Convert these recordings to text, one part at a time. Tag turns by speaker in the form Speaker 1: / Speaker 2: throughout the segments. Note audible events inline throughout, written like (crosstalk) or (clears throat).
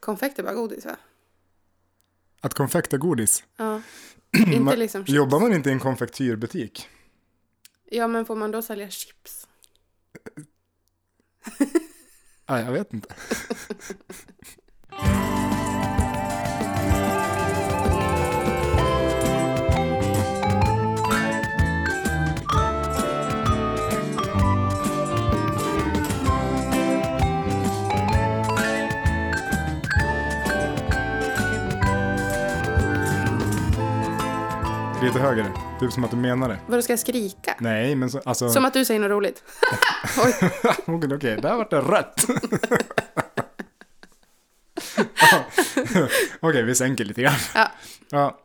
Speaker 1: Konfekt är bara godis va?
Speaker 2: Att konfekt är godis.
Speaker 1: Ja.
Speaker 2: Man- (clears throat)
Speaker 1: Inte liksom chips.
Speaker 2: Jobbar man inte i en konfektyrbutik?
Speaker 1: Ja, men får man då sälja chips?
Speaker 2: Nej, jag vet inte. Lite högre, typ som att du menar det.
Speaker 1: Vadå, ska jag skrika?
Speaker 2: Nej, men så, alltså...
Speaker 1: Som att du säger något roligt. Oj,
Speaker 2: Okej, okej, där vart det
Speaker 1: (laughs)
Speaker 2: rätt. okej, vi sänker lite grann.
Speaker 1: Ja.
Speaker 2: Ja,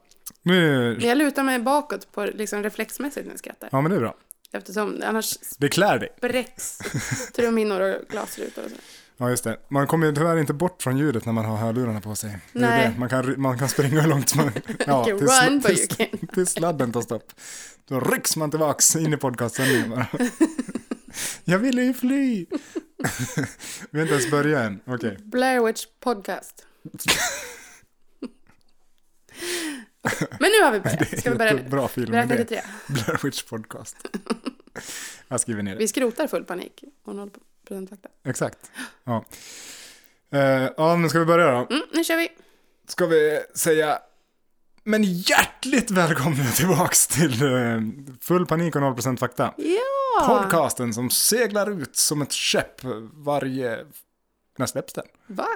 Speaker 2: nu...
Speaker 1: men jag lutar mig bakåt på liksom reflexmässigt när jag skrattar.
Speaker 2: ja men det är bra.
Speaker 1: Eftersom annars
Speaker 2: Det klär dig.
Speaker 1: spräcks trumhinnor och glasrutor och så.
Speaker 2: Ja, just det. Man kommer ju tyvärr inte bort från ljudet när man har hörlurarna på sig. Det är
Speaker 1: Nej.
Speaker 2: Det. Man, kan, ry- man kan springa hur
Speaker 1: (laughs)
Speaker 2: långt man... Ja,
Speaker 1: You
Speaker 2: sla-
Speaker 1: run, but you
Speaker 2: tills-
Speaker 1: can't.
Speaker 2: (laughs) tills sladden tar stopp. Då rycks man tillbaks in i
Speaker 1: (laughs)
Speaker 2: podcastsändningen bara. Jag ville ju fly! (laughs) Vi har inte ens börjat än. Okej.
Speaker 1: Blair Witch
Speaker 2: (laughs)
Speaker 1: Podcast. Men nu har vi börjat. Ska vi börja nu?
Speaker 2: Bra film.
Speaker 1: Räkna
Speaker 2: idé.
Speaker 1: till tre.
Speaker 2: Blair Witch Podcast.
Speaker 1: (laughs)
Speaker 2: Jag skriver ner det.
Speaker 1: Vi skrotar full panik och 0% fakta.
Speaker 2: Exakt. Ja. Eh, ja, men ska vi börja då?
Speaker 1: Mm, nu kör vi.
Speaker 2: Ska vi säga men hjärtligt välkomna tillbaks till eh, Full panik och 0% fakta.
Speaker 1: Ja!
Speaker 2: Podcasten som seglar ut som ett skepp varje... När släpps den?
Speaker 1: Va?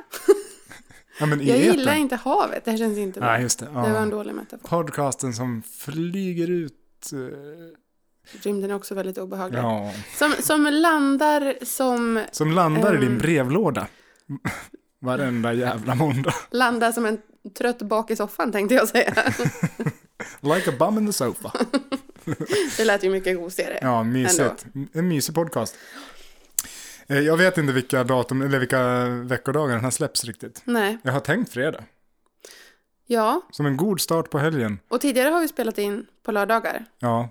Speaker 2: Ja, men i
Speaker 1: Jag
Speaker 2: etern.
Speaker 1: gillar inte havet. Det här känns inte bra.
Speaker 2: Nej, just det. Ja.
Speaker 1: Det var en dålig metafor.
Speaker 2: Podcasten som flyger ut... eh,
Speaker 1: Rymden är också väldigt obehaglig.
Speaker 2: ja.
Speaker 1: Som, som landar som,
Speaker 2: Som landar i din
Speaker 1: Ehm.
Speaker 2: brevlåda. Varenda jävla måndag.
Speaker 1: landar som en trött bak i soffan tänkte jag säga. (laughs)
Speaker 2: Like a bum in the sofa.
Speaker 1: Det lät ju mycket gosigare.
Speaker 2: (laughs) Ja, mysigt. En mysig podcast. Eh, Jag vet inte vilka datum eller vilka veckodagar den här släpps riktigt.
Speaker 1: Nej,
Speaker 2: Jag har tänkt fredag.
Speaker 1: ja.
Speaker 2: Som en god start på helgen.
Speaker 1: Och tidigare har vi spelat in på lördagar
Speaker 2: Ja,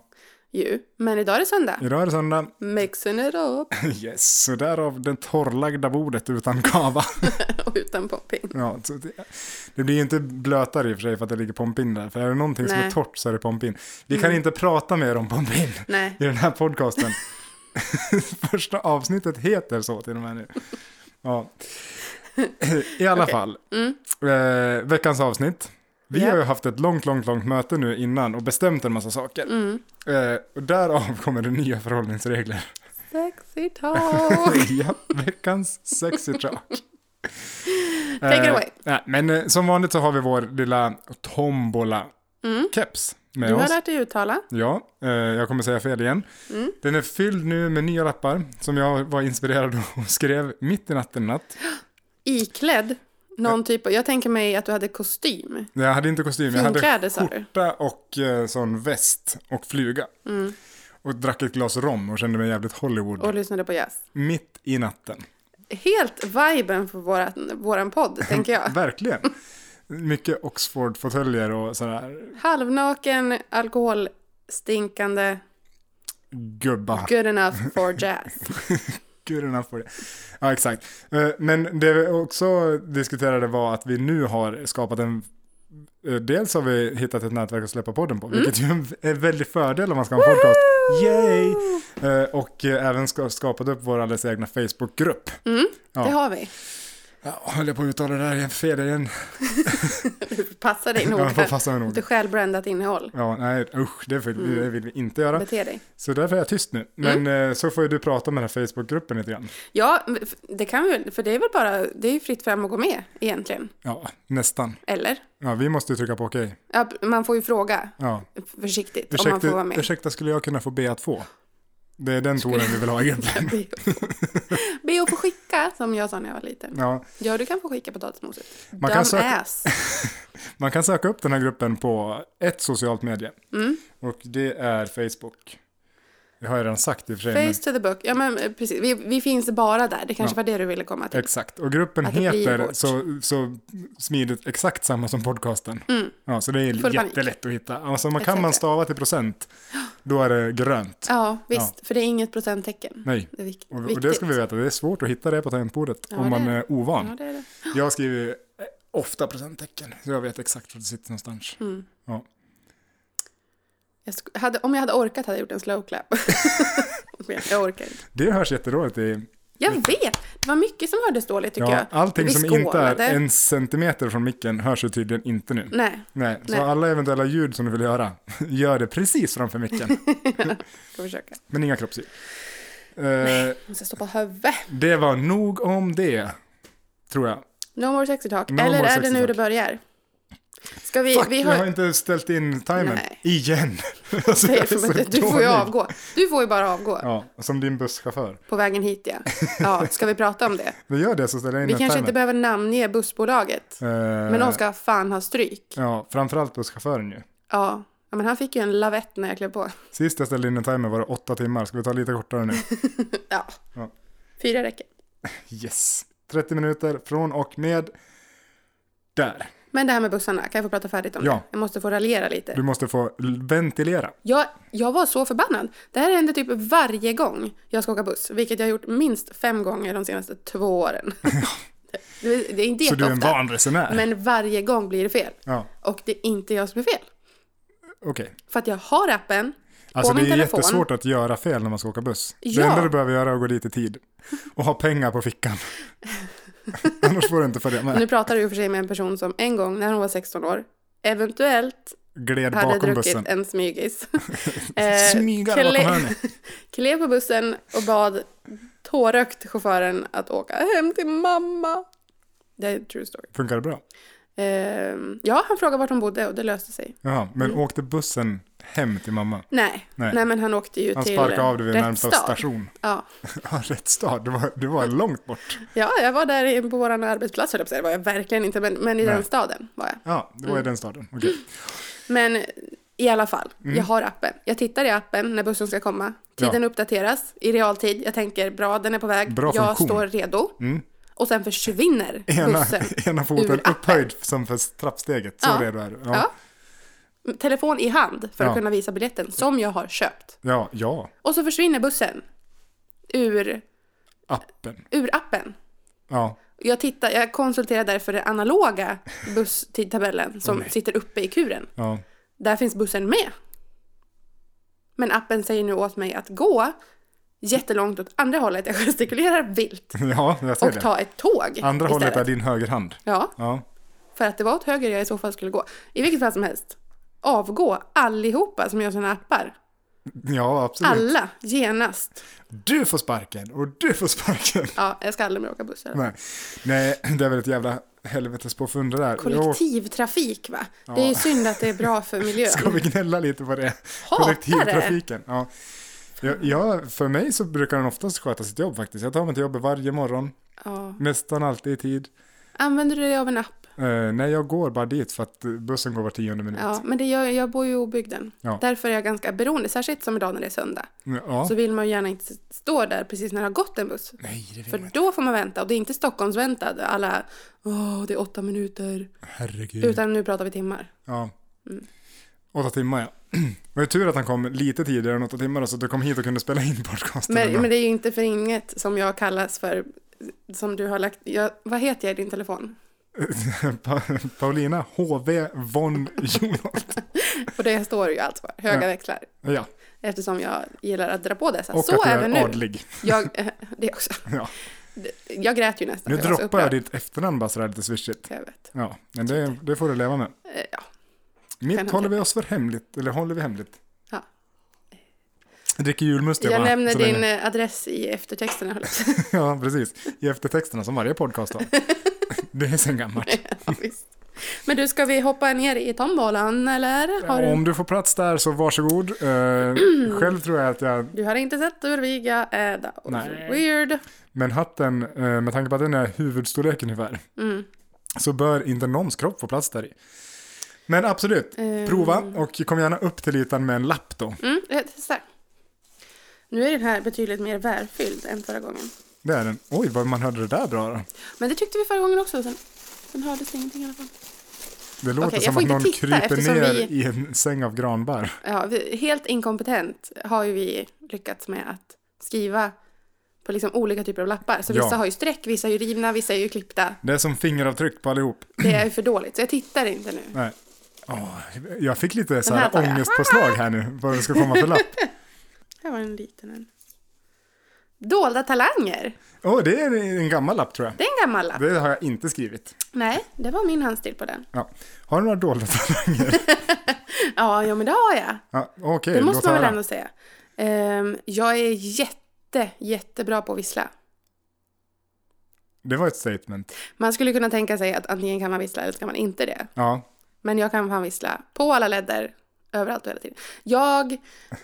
Speaker 1: ju. Men idag är det söndag.
Speaker 2: idag är det söndag. (laughs)
Speaker 1: Mixen it up.
Speaker 2: Yes, så därav det torrlagda bordet utan (laughs) kava.
Speaker 1: Och utan popping.
Speaker 2: Ja, så det, det blir ju inte blötare i och för sig för att det ligger pompin där. För är det någonting som är Mm.
Speaker 1: Nej.
Speaker 2: torrt så är det pompin. Vi kan inte prata mer om pompin.
Speaker 1: Nej.
Speaker 2: i den här podcasten. (laughs) Första avsnittet heter så till och med nu. Ja. I alla
Speaker 1: Okej.
Speaker 2: fall,
Speaker 1: Mm.
Speaker 2: eh, veckans avsnitt. Vi
Speaker 1: Ja.
Speaker 2: har ju haft ett långt, långt, långt möte nu innan och bestämt en massa saker.
Speaker 1: Mm.
Speaker 2: Eh, och därav kommer det
Speaker 1: (laughs)
Speaker 2: nya förhållningsregler.
Speaker 1: Sexy
Speaker 2: (laughs)
Speaker 1: talk.
Speaker 2: ja, veckans sexy talk.
Speaker 1: Take it
Speaker 2: Eh,
Speaker 1: away.
Speaker 2: nej, men eh, som vanligt så har vi vår lilla tombola-keps
Speaker 1: Mm.
Speaker 2: med
Speaker 1: Du
Speaker 2: oss.
Speaker 1: har lärt dig uttala.
Speaker 2: Ja, eh, jag kommer säga fel igen.
Speaker 1: Mm.
Speaker 2: Den är fylld nu med nya lappar som jag var inspirerad av och skrev mitt i natten i natt.
Speaker 1: Iklädd. Någon typ av, jag tänker mig att du hade kostym.
Speaker 2: Jag hade inte kostym, jag hade
Speaker 1: Finkläder sa du.
Speaker 2: skjorta och eh, sån väst och fluga.
Speaker 1: Mm.
Speaker 2: Och drack ett glas rom och kände mig jävligt Hollywood.
Speaker 1: Och lyssnade på jazz.
Speaker 2: Mitt i natten.
Speaker 1: Helt viben för våran, våran podd, tänker jag. (laughs)
Speaker 2: Verkligen. Mycket Oxford-fåtöljer och sådär
Speaker 1: Halvnaken, alkoholstinkande,
Speaker 2: gubbar.
Speaker 1: good enough for jazz.
Speaker 2: Gud, den här får det. Ja, exakt. Eh, Men det vi också diskuterade var att vi nu har skapat en... eh, Dels har vi hittat ett nätverk att släppa podden på, vilket ju (laughs) är en- är en väldig fördel om man ska ha en podcast. (laughs) Yay! Eh, Och eh, även ska- skapat upp vår alldeles egna Facebookgrupp. Ja.
Speaker 1: Det har vi.
Speaker 2: Jag håller på att uttala det här igen, fel igen.
Speaker 1: Passa
Speaker 2: (laughs)
Speaker 1: dig
Speaker 2: Jag får
Speaker 1: noga.
Speaker 2: passa mig
Speaker 1: Lite
Speaker 2: nog.
Speaker 1: självbrandat innehåll.
Speaker 2: Ja, nej usch, det vill, vi- det vill vi inte göra.
Speaker 1: Bete dig.
Speaker 2: Så därför är jag tyst nu. Men eh, så får ju du prata med den här Facebookgruppen lite grann.
Speaker 1: Ja, men f- det kan vi väl, för det är väl bara, det är ju fritt fram att gå med egentligen.
Speaker 2: Ja, nästan.
Speaker 1: Eller?
Speaker 2: Ja, vi måste ju trycka på okej.
Speaker 1: Ja, p- man får ju fråga
Speaker 2: Ja,
Speaker 1: försiktigt om man får vara
Speaker 2: Ursäkta,
Speaker 1: med.
Speaker 2: ursäkta, skulle jag kunna få be att få? Det är den tonen vi vill ha
Speaker 1: (laughs) (laughs)
Speaker 2: egentligen.
Speaker 1: Be att få-
Speaker 2: (laughs)
Speaker 1: Be att få skicka, som jag sa när jag var liten.
Speaker 2: Ja,
Speaker 1: Ja, du kan få skicka potatismoset.
Speaker 2: Man kan söka-
Speaker 1: Dumbass.
Speaker 2: man kan söka
Speaker 1: Mm.
Speaker 2: upp den här gruppen på ett socialt medie. Och det är Facebook. Det har jag redan sagt i och för sig. men-
Speaker 1: Face to the book. Ja, men eh, precis. Vi, vi finns bara där. Det kanske var det du ville komma till.
Speaker 2: Exakt, och gruppen
Speaker 1: Att det blir
Speaker 2: heter
Speaker 1: vårt.
Speaker 2: så, så smidigt exakt samma som podcasten. Ja, så det är
Speaker 1: Full Mm. panik.
Speaker 2: jättelätt att hitta. Alltså, man kan
Speaker 1: Exakt.
Speaker 2: man stava till procent, då är det grönt.
Speaker 1: Ja, visst. För det är inget procenttecken.
Speaker 2: Nej,
Speaker 1: Det är vik-
Speaker 2: och, och
Speaker 1: viktigt.
Speaker 2: det ska vi veta, det är svårt att hitta det på tangentbordet
Speaker 1: Ja,
Speaker 2: om man
Speaker 1: det är
Speaker 2: är ovan.
Speaker 1: Ja, det är det.
Speaker 2: Jag skriver ju, eh, ofta procenttecken, så jag vet exakt var det sitter någonstans. Ja.
Speaker 1: Jag sk- hade, om jag hade orkat hade jag gjort en slow
Speaker 2: (laughs)
Speaker 1: clap. Men jag orkar inte.
Speaker 2: Det hörs jätteroligt i...
Speaker 1: Jag vet! Det var mycket som hördes dåligt tycker
Speaker 2: Ja,
Speaker 1: jag.
Speaker 2: allting
Speaker 1: Vi
Speaker 2: som inte är
Speaker 1: skålade.
Speaker 2: en centimeter från micken hörs ju tydligen inte nu.
Speaker 1: Nej,
Speaker 2: Nej, så
Speaker 1: Nej.
Speaker 2: alla eventuella ljud som du vill göra, (laughs) gör det precis
Speaker 1: (laughs)
Speaker 2: framför micken.
Speaker 1: ska försöka.
Speaker 2: Men inga kroppsljud. Eh,
Speaker 1: Jag måste stoppa huvudet.
Speaker 2: det var nog om det, tror jag.
Speaker 1: No more sexy talk.
Speaker 2: No
Speaker 1: Eller
Speaker 2: more
Speaker 1: är
Speaker 2: sexy
Speaker 1: det nu
Speaker 2: talk.
Speaker 1: det börjar? Ska vi...
Speaker 2: Fuck,
Speaker 1: vi
Speaker 2: jag
Speaker 1: (laughs)
Speaker 2: har
Speaker 1: har...
Speaker 2: inte ställt in timern.
Speaker 1: Nej. (laughs)
Speaker 2: Igen. (laughs) Alltså,
Speaker 1: Säger
Speaker 2: jag är
Speaker 1: för
Speaker 2: så
Speaker 1: mig att Du får ju
Speaker 2: dålig.
Speaker 1: avgå. Du får ju bara avgå.
Speaker 2: Ja, som din busschaufför.
Speaker 1: På vägen hit ja. ja. Ska vi prata
Speaker 2: (laughs)
Speaker 1: om det?
Speaker 2: Vi gör det så ställer jag in
Speaker 1: Vi
Speaker 2: den
Speaker 1: kanske inte
Speaker 2: timern.
Speaker 1: behöver namnge bussbolaget.
Speaker 2: Eh,
Speaker 1: Men de ska fan ha stryk.
Speaker 2: Ja, framförallt busschauffören ju.
Speaker 1: Ja. ja men han fick ju en lavett när jag klev på.
Speaker 2: Sist jag ställde in en timer var det åtta timmar. Ska vi ta lite kortare nu?
Speaker 1: Ja.
Speaker 2: Ja.
Speaker 1: Fyra räcker.
Speaker 2: Yes. 30 minuter från och med där.
Speaker 1: Men det här med bussarna, kan jag få prata färdigt om
Speaker 2: Ja.
Speaker 1: det? Jag måste få raljera lite.
Speaker 2: Du måste få l- ventilera.
Speaker 1: Jag, jag var så förbannad. Det här händer typ varje gång jag ska åka buss, vilket jag har gjort minst fem gånger de senaste två
Speaker 2: (laughs)
Speaker 1: åren. det, det är inte
Speaker 2: Så du är en
Speaker 1: jätteofta,
Speaker 2: van resenär.
Speaker 1: men varje gång blir det fel.
Speaker 2: Ja,
Speaker 1: Och det är inte jag som är fel.
Speaker 2: okej.
Speaker 1: För att jag har appen
Speaker 2: Alltså
Speaker 1: på
Speaker 2: det är
Speaker 1: min telefon.
Speaker 2: jättesvårt att göra fel när man ska åka buss. Det
Speaker 1: Ja.
Speaker 2: enda du behöver göra är att gå dit i tid. Och ha pengar
Speaker 1: (laughs)
Speaker 2: på fickan. Annars får du inte följa med.
Speaker 1: Nu pratar du i och för sig med en person som en gång när hon var 16 år, eventuellt
Speaker 2: Gled
Speaker 1: hade
Speaker 2: bakom
Speaker 1: druckit
Speaker 2: bussen.
Speaker 1: en
Speaker 2: (laughs)
Speaker 1: smygis.
Speaker 2: Smygare bakom
Speaker 1: kle- (laughs)
Speaker 2: hörnet.
Speaker 1: Klev på bussen och bad tårögt chauffören att åka hem till mamma. Det är en true story.
Speaker 2: Funkar det bra?
Speaker 1: Ehm, ja, han frågade vart hon bodde och det löste sig.
Speaker 2: Jaha, men
Speaker 1: Mm.
Speaker 2: åkte bussen hem till mamma?
Speaker 1: Nej,
Speaker 2: Nej.
Speaker 1: nej, men han åkte ju
Speaker 2: Han
Speaker 1: till
Speaker 2: sparkade av dig vid
Speaker 1: rätt
Speaker 2: närmsta
Speaker 1: stad.
Speaker 2: station. (laughs)
Speaker 1: Ja.
Speaker 2: Ja, rätt stad. Du var, du var långt bort.
Speaker 1: ja, jag var där i- på vår arbetsplats höll jag på att säga. det var jag verkligen inte, men, men i den staden var jag.
Speaker 2: Ja, det var
Speaker 1: Mm.
Speaker 2: i den staden. Okej.
Speaker 1: Men i alla fall, jag har appen. Jag tittar i appen när bussen ska komma. Tiden
Speaker 2: Mm. Ja.
Speaker 1: uppdateras i realtid. Jag tänker bra, den är på väg.
Speaker 2: Bra
Speaker 1: jag
Speaker 2: funktion. Mm.
Speaker 1: står redo. Och sen försvinner
Speaker 2: (laughs) Ena,
Speaker 1: bussen.
Speaker 2: ena
Speaker 1: ur
Speaker 2: foten
Speaker 1: appen.
Speaker 2: upphöjd som för trappsteget. Så
Speaker 1: Ja.
Speaker 2: redo är du. Ja.
Speaker 1: Ja. Telefon i hand för
Speaker 2: Ja.
Speaker 1: att kunna visa biljetten som jag har köpt.
Speaker 2: ja, ja.
Speaker 1: Och så försvinner bussen ur,
Speaker 2: Appen.
Speaker 1: ur appen.
Speaker 2: Ja,
Speaker 1: Jag, tittar, jag konsulterar därför den
Speaker 2: (laughs)
Speaker 1: analoga busstidtabellen som sitter uppe i kuren.
Speaker 2: ja. (laughs)
Speaker 1: Där finns bussen med. Men appen säger nu åt mig att gå jättelångt åt andra hållet. Jag gestikulerar vilt
Speaker 2: Ja, jag ser
Speaker 1: och
Speaker 2: det.
Speaker 1: ta ett tåg
Speaker 2: Andra hållet är
Speaker 1: istället.
Speaker 2: din högerhand.
Speaker 1: Ja,
Speaker 2: Ja.
Speaker 1: för att det var åt höger jag i så fall skulle gå. I vilket fall som helst, avgå allihopa som gör sådana appar.
Speaker 2: Ja, absolut.
Speaker 1: Alla, genast.
Speaker 2: Du får sparken och du får sparken. (laughs)
Speaker 1: Ja, jag ska aldrig mer åka buss. här.
Speaker 2: Nej, Nej det är väl ett jävla helvetes påfund det där.
Speaker 1: Kollektivtrafik va? Det är synd att det är bra
Speaker 2: (laughs)
Speaker 1: för miljön.
Speaker 2: Jo, ska vi gnälla lite på det?
Speaker 1: Hatar
Speaker 2: Kollektivtrafiken. Ja. Jag, jag, för mig så brukar den oftast sköta sitt jobb faktiskt. Jag tar mig till jobbet varje morgon,
Speaker 1: Ja.
Speaker 2: nästan alltid i tid.
Speaker 1: Använder du dig av en app?
Speaker 2: Eh, nej, jag går bara dit för att eh, bussen går var tionde minut.
Speaker 1: Ja, men det gör, jag bor ju i obygden.
Speaker 2: Ja.
Speaker 1: Därför är jag ganska beroende, särskilt som idag när det är söndag.
Speaker 2: Ja.
Speaker 1: Så vill man ju gärna inte stå där precis när det har gått en buss.
Speaker 2: Nej, det vill jag
Speaker 1: För
Speaker 2: inte.
Speaker 1: då får man vänta och det är inte Stockholmsvänta. där Alla, åh, det är åtta
Speaker 2: Mm.
Speaker 1: minuter.
Speaker 2: Herregud.
Speaker 1: Utan Mm. nu pratar vi timmar.
Speaker 2: Ja. Åtta timmar ja. (clears throat) Var det tur att han kom lite tidigare än åtta timmar då, så att du kom hit och kunde spela in podcasten.
Speaker 1: Men,
Speaker 2: ändå.
Speaker 1: men det är ju inte för inget som jag kallas för, som du har lagt, jag, vad heter jag i din telefon?
Speaker 2: (laughs) Pa- Paulina HV von
Speaker 1: (laughs)
Speaker 2: Jonholt.
Speaker 1: Och det står ju allt för, höga
Speaker 2: Ja.
Speaker 1: växlar.
Speaker 2: Ja,
Speaker 1: Eftersom jag gillar att dra på dessa.
Speaker 2: och
Speaker 1: så
Speaker 2: att jag
Speaker 1: även nu.
Speaker 2: är adlig.
Speaker 1: Jag, (laughs) eh, det också.
Speaker 2: Ja.
Speaker 1: Jag grät ju nästan.
Speaker 2: Nu
Speaker 1: för jag var så
Speaker 2: droppar jag
Speaker 1: upprörd.
Speaker 2: ditt efternamn bara sådär lite swishigt.
Speaker 1: Jag vet.
Speaker 2: Ja, men
Speaker 1: Typ.
Speaker 2: det, det får du leva med.
Speaker 1: Eh, Ja. Kan
Speaker 2: Mitt
Speaker 1: jag
Speaker 2: håller vi oss för hemligt, eller håller vi hemligt?
Speaker 1: Ja.
Speaker 2: Jag dricker julmust
Speaker 1: Jag
Speaker 2: va?
Speaker 1: nämner
Speaker 2: Så
Speaker 1: din
Speaker 2: länge.
Speaker 1: eh, adress i eftertexterna. höll jag på att säga.
Speaker 2: (laughs) Ja, precis. I eftertexterna som varje
Speaker 1: (laughs)
Speaker 2: podcast har. det är sen gammalt.
Speaker 1: Ja, visst. Men du, ska vi hoppa ner i tombolan eller? Har du...
Speaker 2: Om du får plats där så varsågod.
Speaker 1: (clears throat)
Speaker 2: Eh, själv tror jag att jag
Speaker 1: du har inte sett Urviga eh, that was
Speaker 2: Nej.
Speaker 1: Weird.
Speaker 2: Men hatten, eh, med tanke på att den är huvudstorlek ungefär,
Speaker 1: Mm.
Speaker 2: så bör inte någons kropp få plats där i. Men absolut,
Speaker 1: Eh.
Speaker 2: prova och kom gärna upp till ytan med en lapp då.
Speaker 1: Mm, jag testar. Nu är den här betydligt mer välfylld än förra gången.
Speaker 2: Det är den. Oj, vad man hörde det där bra då.
Speaker 1: Men det tyckte vi förra gången också. Sen, sen hördes det ingenting i alla fall.
Speaker 2: Det låter
Speaker 1: Okej, jag
Speaker 2: som
Speaker 1: får
Speaker 2: att
Speaker 1: inte
Speaker 2: någon
Speaker 1: titta
Speaker 2: kryper
Speaker 1: eftersom
Speaker 2: ner
Speaker 1: vi-
Speaker 2: i en säng av granbar.
Speaker 1: Ja, vi, helt inkompetent har ju vi lyckats med att skriva på liksom olika typer av lappar. Så
Speaker 2: Ja.
Speaker 1: vissa har ju streck, vissa är ju rivna, vissa är ju klippta.
Speaker 2: Det är som fingeravtryck på allihop.
Speaker 1: Det är ju för dåligt, så jag tittar inte nu.
Speaker 2: Nej. Åh, jag fick lite så här
Speaker 1: här tar jag.
Speaker 2: ångestpåslag här nu, vad det ska komma för
Speaker 1: (laughs)
Speaker 2: lapp.
Speaker 1: Här var en liten en. Dolda talanger.
Speaker 2: Åh, det är en gammal lapp tror jag.
Speaker 1: Det är en gammal lapp.
Speaker 2: Det har jag inte skrivit.
Speaker 1: Nej, det var min handstil på den.
Speaker 2: Ja. Har du några dolda talanger?
Speaker 1: Ja, ja men det har jag.
Speaker 2: Ja, Okej,
Speaker 1: Det
Speaker 2: låt
Speaker 1: måste man väl
Speaker 2: höra.
Speaker 1: ändå säga. Ehm, jag är jätte, jättebra på att vissla.
Speaker 2: Det var ett statement.
Speaker 1: Man skulle kunna tänka sig att antingen kan man vissla eller så kan man inte det.
Speaker 2: Ja,
Speaker 1: Men jag kan fan vissla på alla ledder, överallt och hela tiden. Jag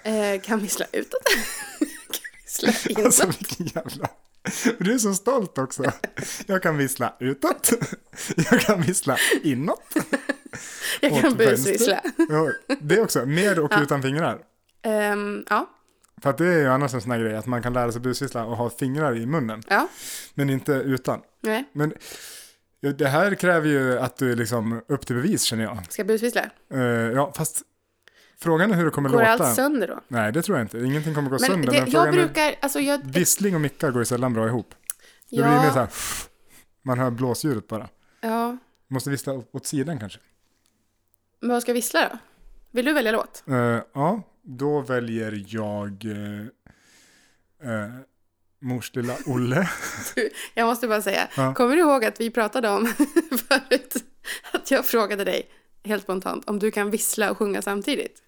Speaker 1: eh, kan vissla utåt. (laughs) kan vissla
Speaker 2: (laughs)
Speaker 1: inåt.
Speaker 2: alltså vilken jävla... Du är så stolt också. Jag kan vissla utåt. Jag kan vissla inåt.
Speaker 1: jag kan
Speaker 2: åt vänster.
Speaker 1: busvissla.
Speaker 2: Ja, Det också, med och utan fingrar.
Speaker 1: Ehm, ja,
Speaker 2: För att det är ju annars en sån här grej, att man kan lära sig busvissla och ha fingrar i munnen,
Speaker 1: ja,
Speaker 2: men inte utan.
Speaker 1: nej.
Speaker 2: Men ja, det här kräver ju att du är liksom upp till bevis känner jag.
Speaker 1: Ska jag busvissla?
Speaker 2: Eh, ja, fast frågan är hur det kommer
Speaker 1: Går
Speaker 2: låta.
Speaker 1: allt sönder då?
Speaker 2: Nej, det tror jag inte. Ingenting kommer gå
Speaker 1: Men det,
Speaker 2: sönder. men
Speaker 1: jag
Speaker 2: frågan är,
Speaker 1: brukar, alltså jag...
Speaker 2: vissling och mickar går ju sällan bra ihop. Det blir mer så här, man hör blåsljudet bara.
Speaker 1: ja.
Speaker 2: Måste vissla åt- åt sidan kanske.
Speaker 1: Men vad ska jag vissla då? Vill du välja låt?
Speaker 2: Eh, ja, då väljer jag uh, mors lilla Olle.
Speaker 1: Jag måste bara säga,
Speaker 2: Ja.
Speaker 1: kommer du ihåg att vi pratade om (laughs) förut att jag frågade dig helt spontant om du kan vissla och sjunga samtidigt?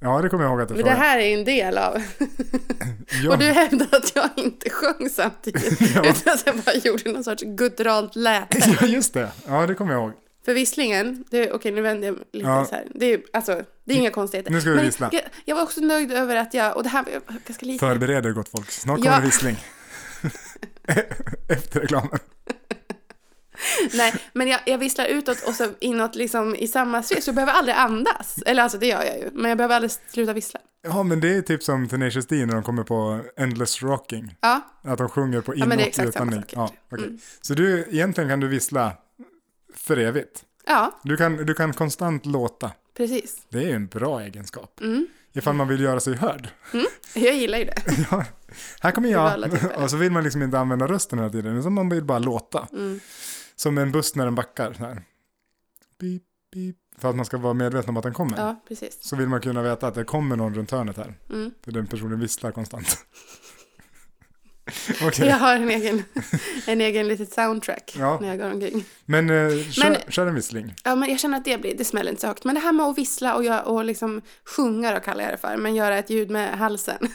Speaker 2: Ja, det kommer jag ihåg att jag
Speaker 1: Men det
Speaker 2: frågade.
Speaker 1: här är ju en del av...
Speaker 2: Ja.
Speaker 1: Och du hävdade att jag inte sjöng samtidigt
Speaker 2: (laughs) Ja.
Speaker 1: utan att jag bara gjorde någon sorts gutturalt läte.
Speaker 2: Ja, (laughs) just det. Ja, det kommer jag ihåg.
Speaker 1: För visslingen, det, okej nu vänder jag mig lite
Speaker 2: Ja.
Speaker 1: så här. Det är, alltså, det är inga konstigheter.
Speaker 2: Nu ska vi
Speaker 1: Men
Speaker 2: vissla.
Speaker 1: Jag, jag var också nöjd över att jag, och det här var ganska lite.
Speaker 2: Förbered er gott folk, snart
Speaker 1: Ja.
Speaker 2: kommer vissling. (laughs) Efter reklamen.
Speaker 1: Nej, men jag, jag visslar utåt och så inåt liksom i samma sves. Så jag behöver aldrig andas. Eller alltså det gör jag ju. Men jag behöver aldrig sluta vissla.
Speaker 2: Ja, men det är typ som Tenacious D när de kommer på Endless Rocking.
Speaker 1: Ja,
Speaker 2: Att de sjunger på
Speaker 1: men
Speaker 2: inåt
Speaker 1: det är
Speaker 2: och
Speaker 1: exakt samma
Speaker 2: utandning.
Speaker 1: sak, Mm.
Speaker 2: Ja, okej. Så du, egentligen kan du vissla för evigt.
Speaker 1: ja,
Speaker 2: Du kan, du kan konstant låta.
Speaker 1: precis.
Speaker 2: Det är ju en bra egenskap. Ifall man vill göra sig hörd. (laughs)
Speaker 1: Jag gillar ju det.
Speaker 2: Ja, här kommer
Speaker 1: var
Speaker 2: jag.
Speaker 1: alla tillfällen.
Speaker 2: (laughs) Och så vill man liksom inte använda rösten hela tiden, utan man vill bara låta.
Speaker 1: Mm.
Speaker 2: Som en buss när den backar. Så här. Beep, beep. För att man ska vara medveten om att den kommer.
Speaker 1: Ja, precis.
Speaker 2: Så vill man kunna veta att det kommer någon runt hörnet här.
Speaker 1: Mm.
Speaker 2: För den personen visslar konstant. (laughs) Okej,
Speaker 1: Jag har en egen, en egen litet soundtrack
Speaker 2: Typ. Ja.
Speaker 1: när jag går omkring.
Speaker 2: men, eh, kör,
Speaker 1: Men-
Speaker 2: kör en vissling.
Speaker 1: Ja, men jag känner att det blir, det smäller inte så högt. Men det här med att vissla och, göra- och liksom sjunga då kallar jag det för. Men göra ett ljud med
Speaker 2: (laughs)
Speaker 1: halsen.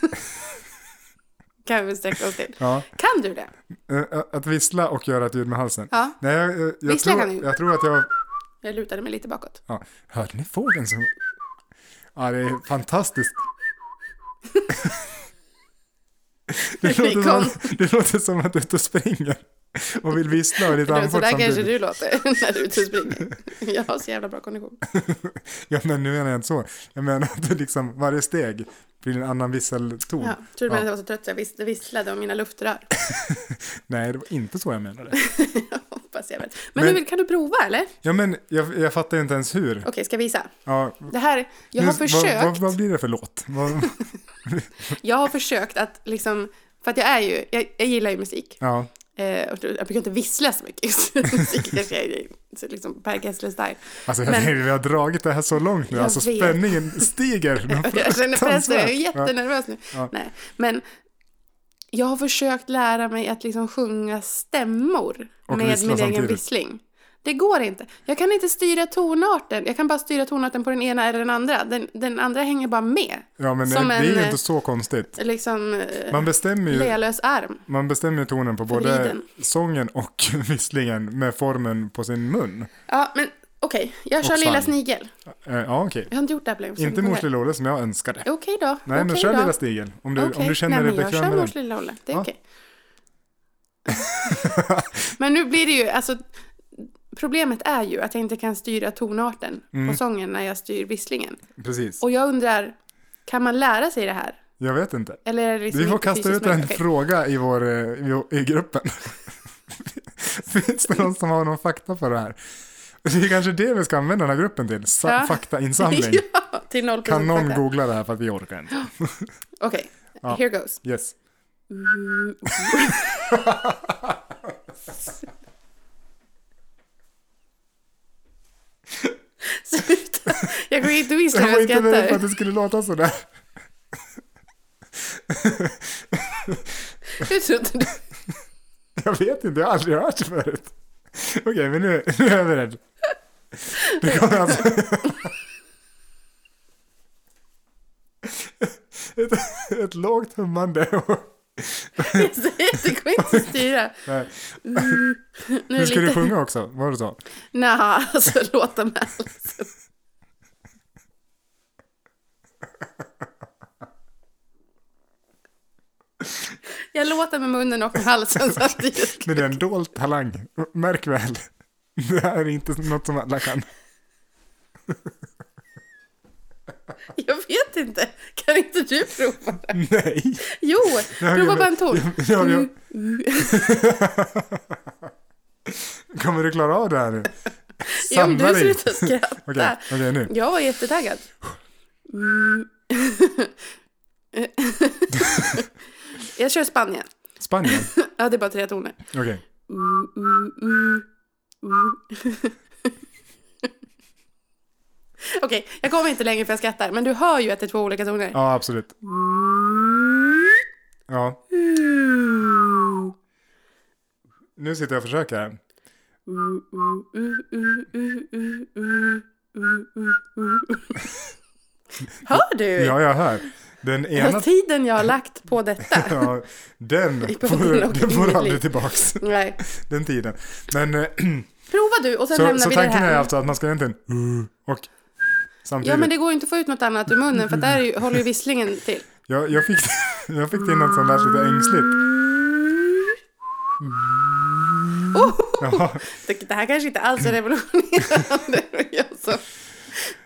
Speaker 1: kan vi sträcka oss till.
Speaker 2: Ja.
Speaker 1: Kan du det?
Speaker 2: Eh, Att vissla och göra ett ljud med halsen.
Speaker 1: Ja,
Speaker 2: Nej, jag, eh, jag, jag,
Speaker 1: Vissla kan du.
Speaker 2: tror, jag tror att jag...
Speaker 1: jag lutade mig lite bakåt.
Speaker 2: Ja. Hörde ni fågeln som... Ja, det är fantastiskt.
Speaker 1: (laughs)
Speaker 2: Det
Speaker 1: Vi kom.
Speaker 2: låter, som, det låter som att du är ute och springer och vill vissla och är lite
Speaker 1: Så
Speaker 2: andfådd
Speaker 1: där kanske
Speaker 2: samtidigt.
Speaker 1: du låter (laughs) när du är ute och springer.
Speaker 2: (laughs)
Speaker 1: Jag har så jävla bra kondition.
Speaker 2: Ja, men nu menar jag inte så. Jag menar att du liksom varje steg blir en annan visselton.
Speaker 1: Ja, tror du menar att jag var så trött så jag vis- visslade om mina luftrör? (laughs)
Speaker 2: Nej, det var inte så jag menade.
Speaker 1: Hoppas jag väl. Men,
Speaker 2: Men-
Speaker 1: hur, kan du prova eller? Okej,
Speaker 2: Ja, men jag, jag fattar ju inte ens hur.
Speaker 1: ska jag visa?
Speaker 2: Ja,
Speaker 1: Det här, jag
Speaker 2: nu-
Speaker 1: har
Speaker 2: Vad, vad,
Speaker 1: försökt,
Speaker 2: vad blir det för låt? Vad,
Speaker 1: (laughs) jag har försökt att liksom, för att jag är ju, jag, jag gillar ju musik.
Speaker 2: ja,
Speaker 1: Eh, och jag brukar inte vissla så mycket. (laughs) Så musik kanske är så liksom Per Gessle-style.
Speaker 2: alltså
Speaker 1: Men-
Speaker 2: hörni, vi har dragit det här så långt nu.
Speaker 1: Jag
Speaker 2: Alltså
Speaker 1: vet.
Speaker 2: spänningen stiger.
Speaker 1: (laughs)
Speaker 2: något
Speaker 1: Jag känner pressen, jag är
Speaker 2: fruktansvärt. Ja.
Speaker 1: jättenervös nu.
Speaker 2: Ja.
Speaker 1: Nej, men jag har försökt lära mig att liksom sjunga stämmor
Speaker 2: Och
Speaker 1: med
Speaker 2: vissla
Speaker 1: min egen
Speaker 2: samtidigt.
Speaker 1: vissling. Det går inte. Jag kan inte styra tonarten. Jag kan bara styra tonarten på den ena eller den andra. Den, den andra hänger bara med.
Speaker 2: Ja, men
Speaker 1: Som
Speaker 2: det är ju
Speaker 1: en, eh,
Speaker 2: inte så konstigt.
Speaker 1: Liksom eh,
Speaker 2: Man bestämmer ju,
Speaker 1: lealös arm.
Speaker 2: man bestämmer ju tonen på både
Speaker 1: Vriden.
Speaker 2: sången och (laughs) visslingen med formen på sin mun.
Speaker 1: Ja, men okej. Jag kör
Speaker 2: Och
Speaker 1: Lilla
Speaker 2: svang.
Speaker 1: Snigel.
Speaker 2: Eh, Ja, okej.
Speaker 1: Jag har inte gjort det här problemet.
Speaker 2: Inte Mors lilla Olle som jag önskade.
Speaker 1: Olle. Okej då.
Speaker 2: Nej, men
Speaker 1: okej
Speaker 2: kör
Speaker 1: då.
Speaker 2: Lilla Stigel. Om du, om
Speaker 1: Okej.
Speaker 2: du känner
Speaker 1: Nej,
Speaker 2: dig
Speaker 1: men
Speaker 2: bekväm
Speaker 1: Jag
Speaker 2: med
Speaker 1: kör
Speaker 2: den.
Speaker 1: Mors lilla Olle, det är
Speaker 2: Ja.
Speaker 1: okej. (laughs) men nu blir det ju, alltså problemet är ju att jag inte kan styra
Speaker 2: Mm.
Speaker 1: tonarten på sången när jag styr visslingen.
Speaker 2: Precis.
Speaker 1: Och jag undrar, kan man lära sig det här?
Speaker 2: Jag vet inte.
Speaker 1: Eller är det liksom
Speaker 2: Vi får
Speaker 1: inte
Speaker 2: kasta
Speaker 1: fysiskt
Speaker 2: ut en
Speaker 1: möjligt? Okej.
Speaker 2: fråga i, vår, eh, i, i gruppen. (laughs) Finns det någon som har någon fakta på det här? Det är kanske det vi ska använda den här gruppen till. Sa-
Speaker 1: Ja. (laughs)
Speaker 2: Faktainsamling.
Speaker 1: ja, till noll
Speaker 2: Kan
Speaker 1: procent
Speaker 2: någon
Speaker 1: fakta.
Speaker 2: googla det här för att vi orkar inte?
Speaker 1: Okej,
Speaker 2: Ja.
Speaker 1: here goes. (laughs)
Speaker 2: Yes.
Speaker 1: Mm. Sluta. Jag kommer inte missa
Speaker 2: Jag
Speaker 1: när
Speaker 2: var
Speaker 1: jag
Speaker 2: inte beredd på att
Speaker 1: skrattar.
Speaker 2: det skulle låta sådär.
Speaker 1: (laughs) Jag trodde du...
Speaker 2: Jag vet inte, jag har aldrig hört det förut. Okej, men nu, nu är jag beredd. Det kommer alltså... ett, ett lågt hummande och
Speaker 1: Jag säger, det går inte att styra.
Speaker 2: Nej.
Speaker 1: Mm. Nu är
Speaker 2: Nu
Speaker 1: det
Speaker 2: ska
Speaker 1: lite...
Speaker 2: du sjunga också, var det så?
Speaker 1: Nja, alltså låta med halsen. Jag låter med munnen och med halsen samtidigt.
Speaker 2: Men det är en dold talang, märk väl. Det här är inte något som alla kan.
Speaker 1: Jag vet inte. Kan inte du prova?
Speaker 2: Nej!
Speaker 1: Jo,
Speaker 2: Nej,
Speaker 1: prova
Speaker 2: men-
Speaker 1: bara en ton.
Speaker 2: Ja, ja.
Speaker 1: Mm, mm.
Speaker 2: Kommer du klara av det här nu?
Speaker 1: Ja, om
Speaker 2: Samla
Speaker 1: du
Speaker 2: dig.
Speaker 1: slutar skratta.
Speaker 2: Okej, okej nu.
Speaker 1: Jag var
Speaker 2: (laughs)
Speaker 1: jättetaggad. Mm. Jag kör Spanien.
Speaker 2: Spanien?
Speaker 1: Ja, det är bara tre toner.
Speaker 2: Okej.
Speaker 1: Mm, mm, mm, mm. Okej, jag kommer inte längre för jag skrattar, men du hör ju att det är två olika toner.
Speaker 2: Ja, absolut. Ja, nu sitter jag och försöker här.
Speaker 1: Hör du?
Speaker 2: Ja, jag hör. Den ena...
Speaker 1: Den tiden jag har lagt på detta.
Speaker 2: (laughs) Ja, den
Speaker 1: I podden
Speaker 2: får,
Speaker 1: och
Speaker 2: den
Speaker 1: i
Speaker 2: får
Speaker 1: mitt
Speaker 2: aldrig
Speaker 1: liv.
Speaker 2: tillbaks.
Speaker 1: Nej.
Speaker 2: Den tiden. Men eh,
Speaker 1: Prova du och sen
Speaker 2: så,
Speaker 1: lämnar
Speaker 2: så
Speaker 1: vi det
Speaker 2: tanken
Speaker 1: här.
Speaker 2: är alltså att man ska egentligen uh, och samtidigt.
Speaker 1: Ja, men det går ju inte att få ut något annat ur munnen för att där är ju, håller ju visslingen till.
Speaker 2: jag, jag, fick, jag fick in något som lät lite ängsligt.
Speaker 1: Oh!
Speaker 2: (laughs) Ja,
Speaker 1: (laughs) Det det här kanske inte alls är revolutionerande. (laughs) Jag så-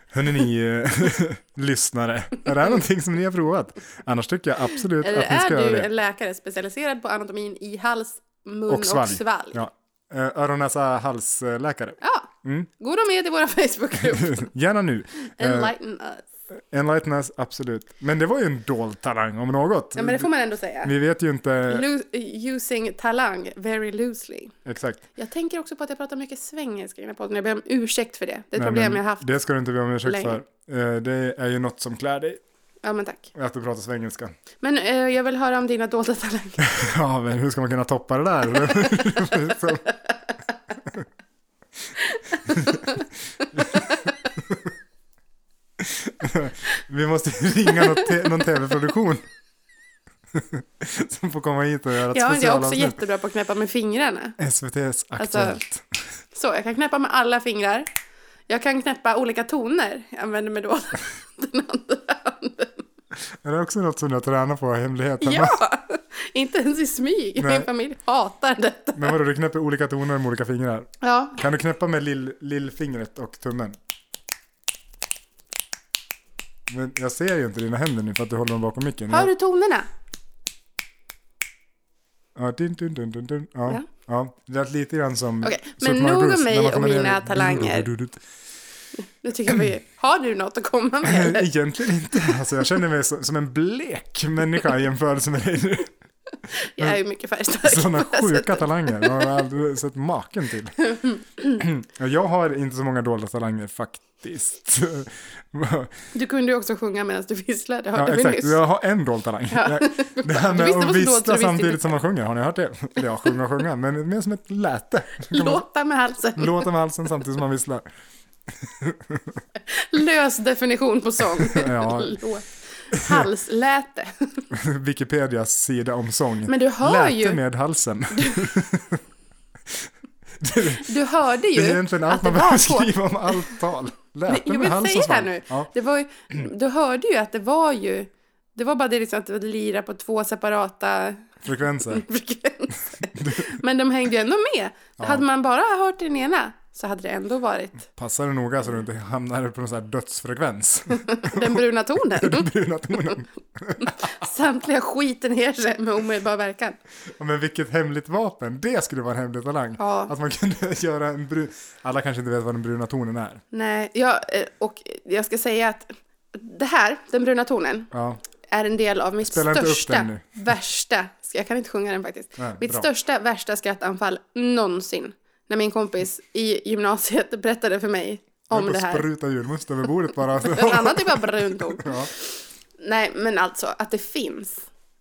Speaker 2: hörni ni eh, (laughs) lyssnare, är det här någonting som ni har provat? Annars tycker jag absolut
Speaker 1: Eller
Speaker 2: att ni
Speaker 1: är
Speaker 2: ska göra
Speaker 1: du
Speaker 2: det.
Speaker 1: en läkare specialiserad på anatomin i hals, mun
Speaker 2: Och
Speaker 1: och svalg?
Speaker 2: svalg. Ja. Eh, Öron, näsa, eh, halsläkare.
Speaker 1: Ja. Gå då med i vår (laughs) Facebookgrupp.
Speaker 2: (laughs) Gärna nu. Mm. Eh,
Speaker 1: Enlighten us.
Speaker 2: Enlighten us, absolut. Men det var ju en dold talang om något.
Speaker 1: Ja, men det får man ändå säga.
Speaker 2: Vi vet ju inte
Speaker 1: Lo- using talang very loosely.
Speaker 2: exakt.
Speaker 1: Jag tänker också på att jag pratar mycket svengelska i den här podden. Jag ber om ursäkt för det. Det är ett
Speaker 2: Nej,
Speaker 1: problem
Speaker 2: men
Speaker 1: jag har haft.
Speaker 2: Det ska du inte be om ursäkt
Speaker 1: länge.
Speaker 2: för. Eh, Det är ju något som klär dig,
Speaker 1: Ja, men tack.
Speaker 2: att du pratar svengelska.
Speaker 1: Men eh, jag vill höra om dina dolda talanger.
Speaker 2: (laughs) Ja, men hur ska man kunna toppa det där? Så- (laughs) Vi måste ju ringa något te-
Speaker 1: (laughs)
Speaker 2: någon tv-produktion. Som får komma hit och göra ett
Speaker 1: Ja, jag är också
Speaker 2: specialavsnitt.
Speaker 1: jättebra på att knäppa med fingrarna.
Speaker 2: SVT's
Speaker 1: Alltså,
Speaker 2: Aktuellt.
Speaker 1: Så, jag kan knäppa med alla fingrar. Jag kan knäppa olika toner. Jag använder mig då den andra handen.
Speaker 2: Är det också något som du har tränat på i hemlighet hemma?
Speaker 1: Ja! (laughs) Inte ens i smyg.
Speaker 2: Nej.
Speaker 1: Min familj hatar detta.
Speaker 2: (laughs) Men vadå, du knäpper olika toner med olika fingrar?
Speaker 1: Ja,
Speaker 2: Kan du knäppa med lill, lillfingret och tummen? Men jag ser ju inte dina händer nu för att du håller dem bakom micken.
Speaker 1: hör
Speaker 2: Jag-
Speaker 1: du tonerna?
Speaker 2: Ja, dun, dun, dun, dun, dun. Ja, ja.
Speaker 1: Ja.
Speaker 2: Det lät lite grann som...
Speaker 1: Okej, men
Speaker 2: Super Mario
Speaker 1: nog om
Speaker 2: Bros,
Speaker 1: mig
Speaker 2: när man
Speaker 1: och
Speaker 2: kommer ner-
Speaker 1: mina talanger.
Speaker 2: Du, du, du, du.
Speaker 1: Nu tycker
Speaker 2: (clears throat)
Speaker 1: vi, har du något att komma med?
Speaker 2: Nej,
Speaker 1: eller?
Speaker 2: Egentligen inte. Alltså, jag känner mig som, som en blek människa i jämförelse med dig nu.
Speaker 1: Jag är ju mycket
Speaker 2: (laughs)
Speaker 1: färgstark. (laughs) Alltså,
Speaker 2: Sådana
Speaker 1: på det här
Speaker 2: sjuka
Speaker 1: sättet.
Speaker 2: talanger. Jag har aldrig sett
Speaker 1: (clears throat)
Speaker 2: maken till. Ja, Jag har inte så många dolda talanger faktiskt. (laughs)
Speaker 1: Du kunde ju också sjunga medan du visslade,
Speaker 2: Ja,
Speaker 1: hörde vi
Speaker 2: exakt.
Speaker 1: nyss.
Speaker 2: Jag har en dold talang. Det
Speaker 1: (laughs)
Speaker 2: här
Speaker 1: Du visste vad som låter
Speaker 2: med att
Speaker 1: och
Speaker 2: vissla
Speaker 1: visste
Speaker 2: samtidigt
Speaker 1: inte.
Speaker 2: som man sjunger, har ni hört det? Eller ja, sjunga och sjunga, men mer som ett läte.
Speaker 1: Låta med halsen.
Speaker 2: Låta med halsen samtidigt som man visslar. (laughs)
Speaker 1: Lös definition på sång.
Speaker 2: (laughs) Ja.
Speaker 1: Låt. Halsläte.
Speaker 2: Wikipedias sida om sång.
Speaker 1: Men du hör
Speaker 2: läte
Speaker 1: ju,
Speaker 2: med halsen.
Speaker 1: du hörde ju
Speaker 2: Det är egentligen allt
Speaker 1: att det
Speaker 2: man behöver
Speaker 1: var så.
Speaker 2: skriva om allt tal. Läte
Speaker 1: Nej, jag
Speaker 2: med
Speaker 1: vill
Speaker 2: halsen.
Speaker 1: säga här
Speaker 2: svar.
Speaker 1: nu.
Speaker 2: Ja,
Speaker 1: Det var ju, du hörde ju att det var ju, det var bara det liksom att det lirar på två separata
Speaker 2: (laughs) frekvenser.
Speaker 1: frekvenser. Men de hängde ju ändå med. Hade man bara hört den ena, så hade det ändå varit
Speaker 2: Passa dig noga så du inte hamnar på någon sån här
Speaker 1: (laughs)
Speaker 2: dödsfrekvens.
Speaker 1: den bruna tonen.
Speaker 2: Den (laughs) bruna tonen.
Speaker 1: Samtliga skiten ner sig med omedelbar verkan.
Speaker 2: Ja, men vilket hemligt vapen. Det skulle vara en hemlig talang.
Speaker 1: Ja.
Speaker 2: Att man kunde (laughs) göra en brun... Alla kanske inte vet vad den bruna tonen är.
Speaker 1: Nej, jag, eh, och jag ska säga att det här, den bruna tonen,
Speaker 2: Ja,
Speaker 1: är en del av mitt
Speaker 2: Spela inte upp den
Speaker 1: största,
Speaker 2: nu.
Speaker 1: värsta, jag kan inte sjunga den faktiskt,
Speaker 2: Nej,
Speaker 1: mitt
Speaker 2: bra.
Speaker 1: största, värsta skrattanfall någonsin. När min kompis i gymnasiet berättade för mig om
Speaker 2: Jag
Speaker 1: det
Speaker 2: höll på att
Speaker 1: här.
Speaker 2: Spruta julmust över bordet bara.
Speaker 1: (laughs) En annan typ av brunt ton.
Speaker 2: ja,
Speaker 1: Nej, men alltså att det finns.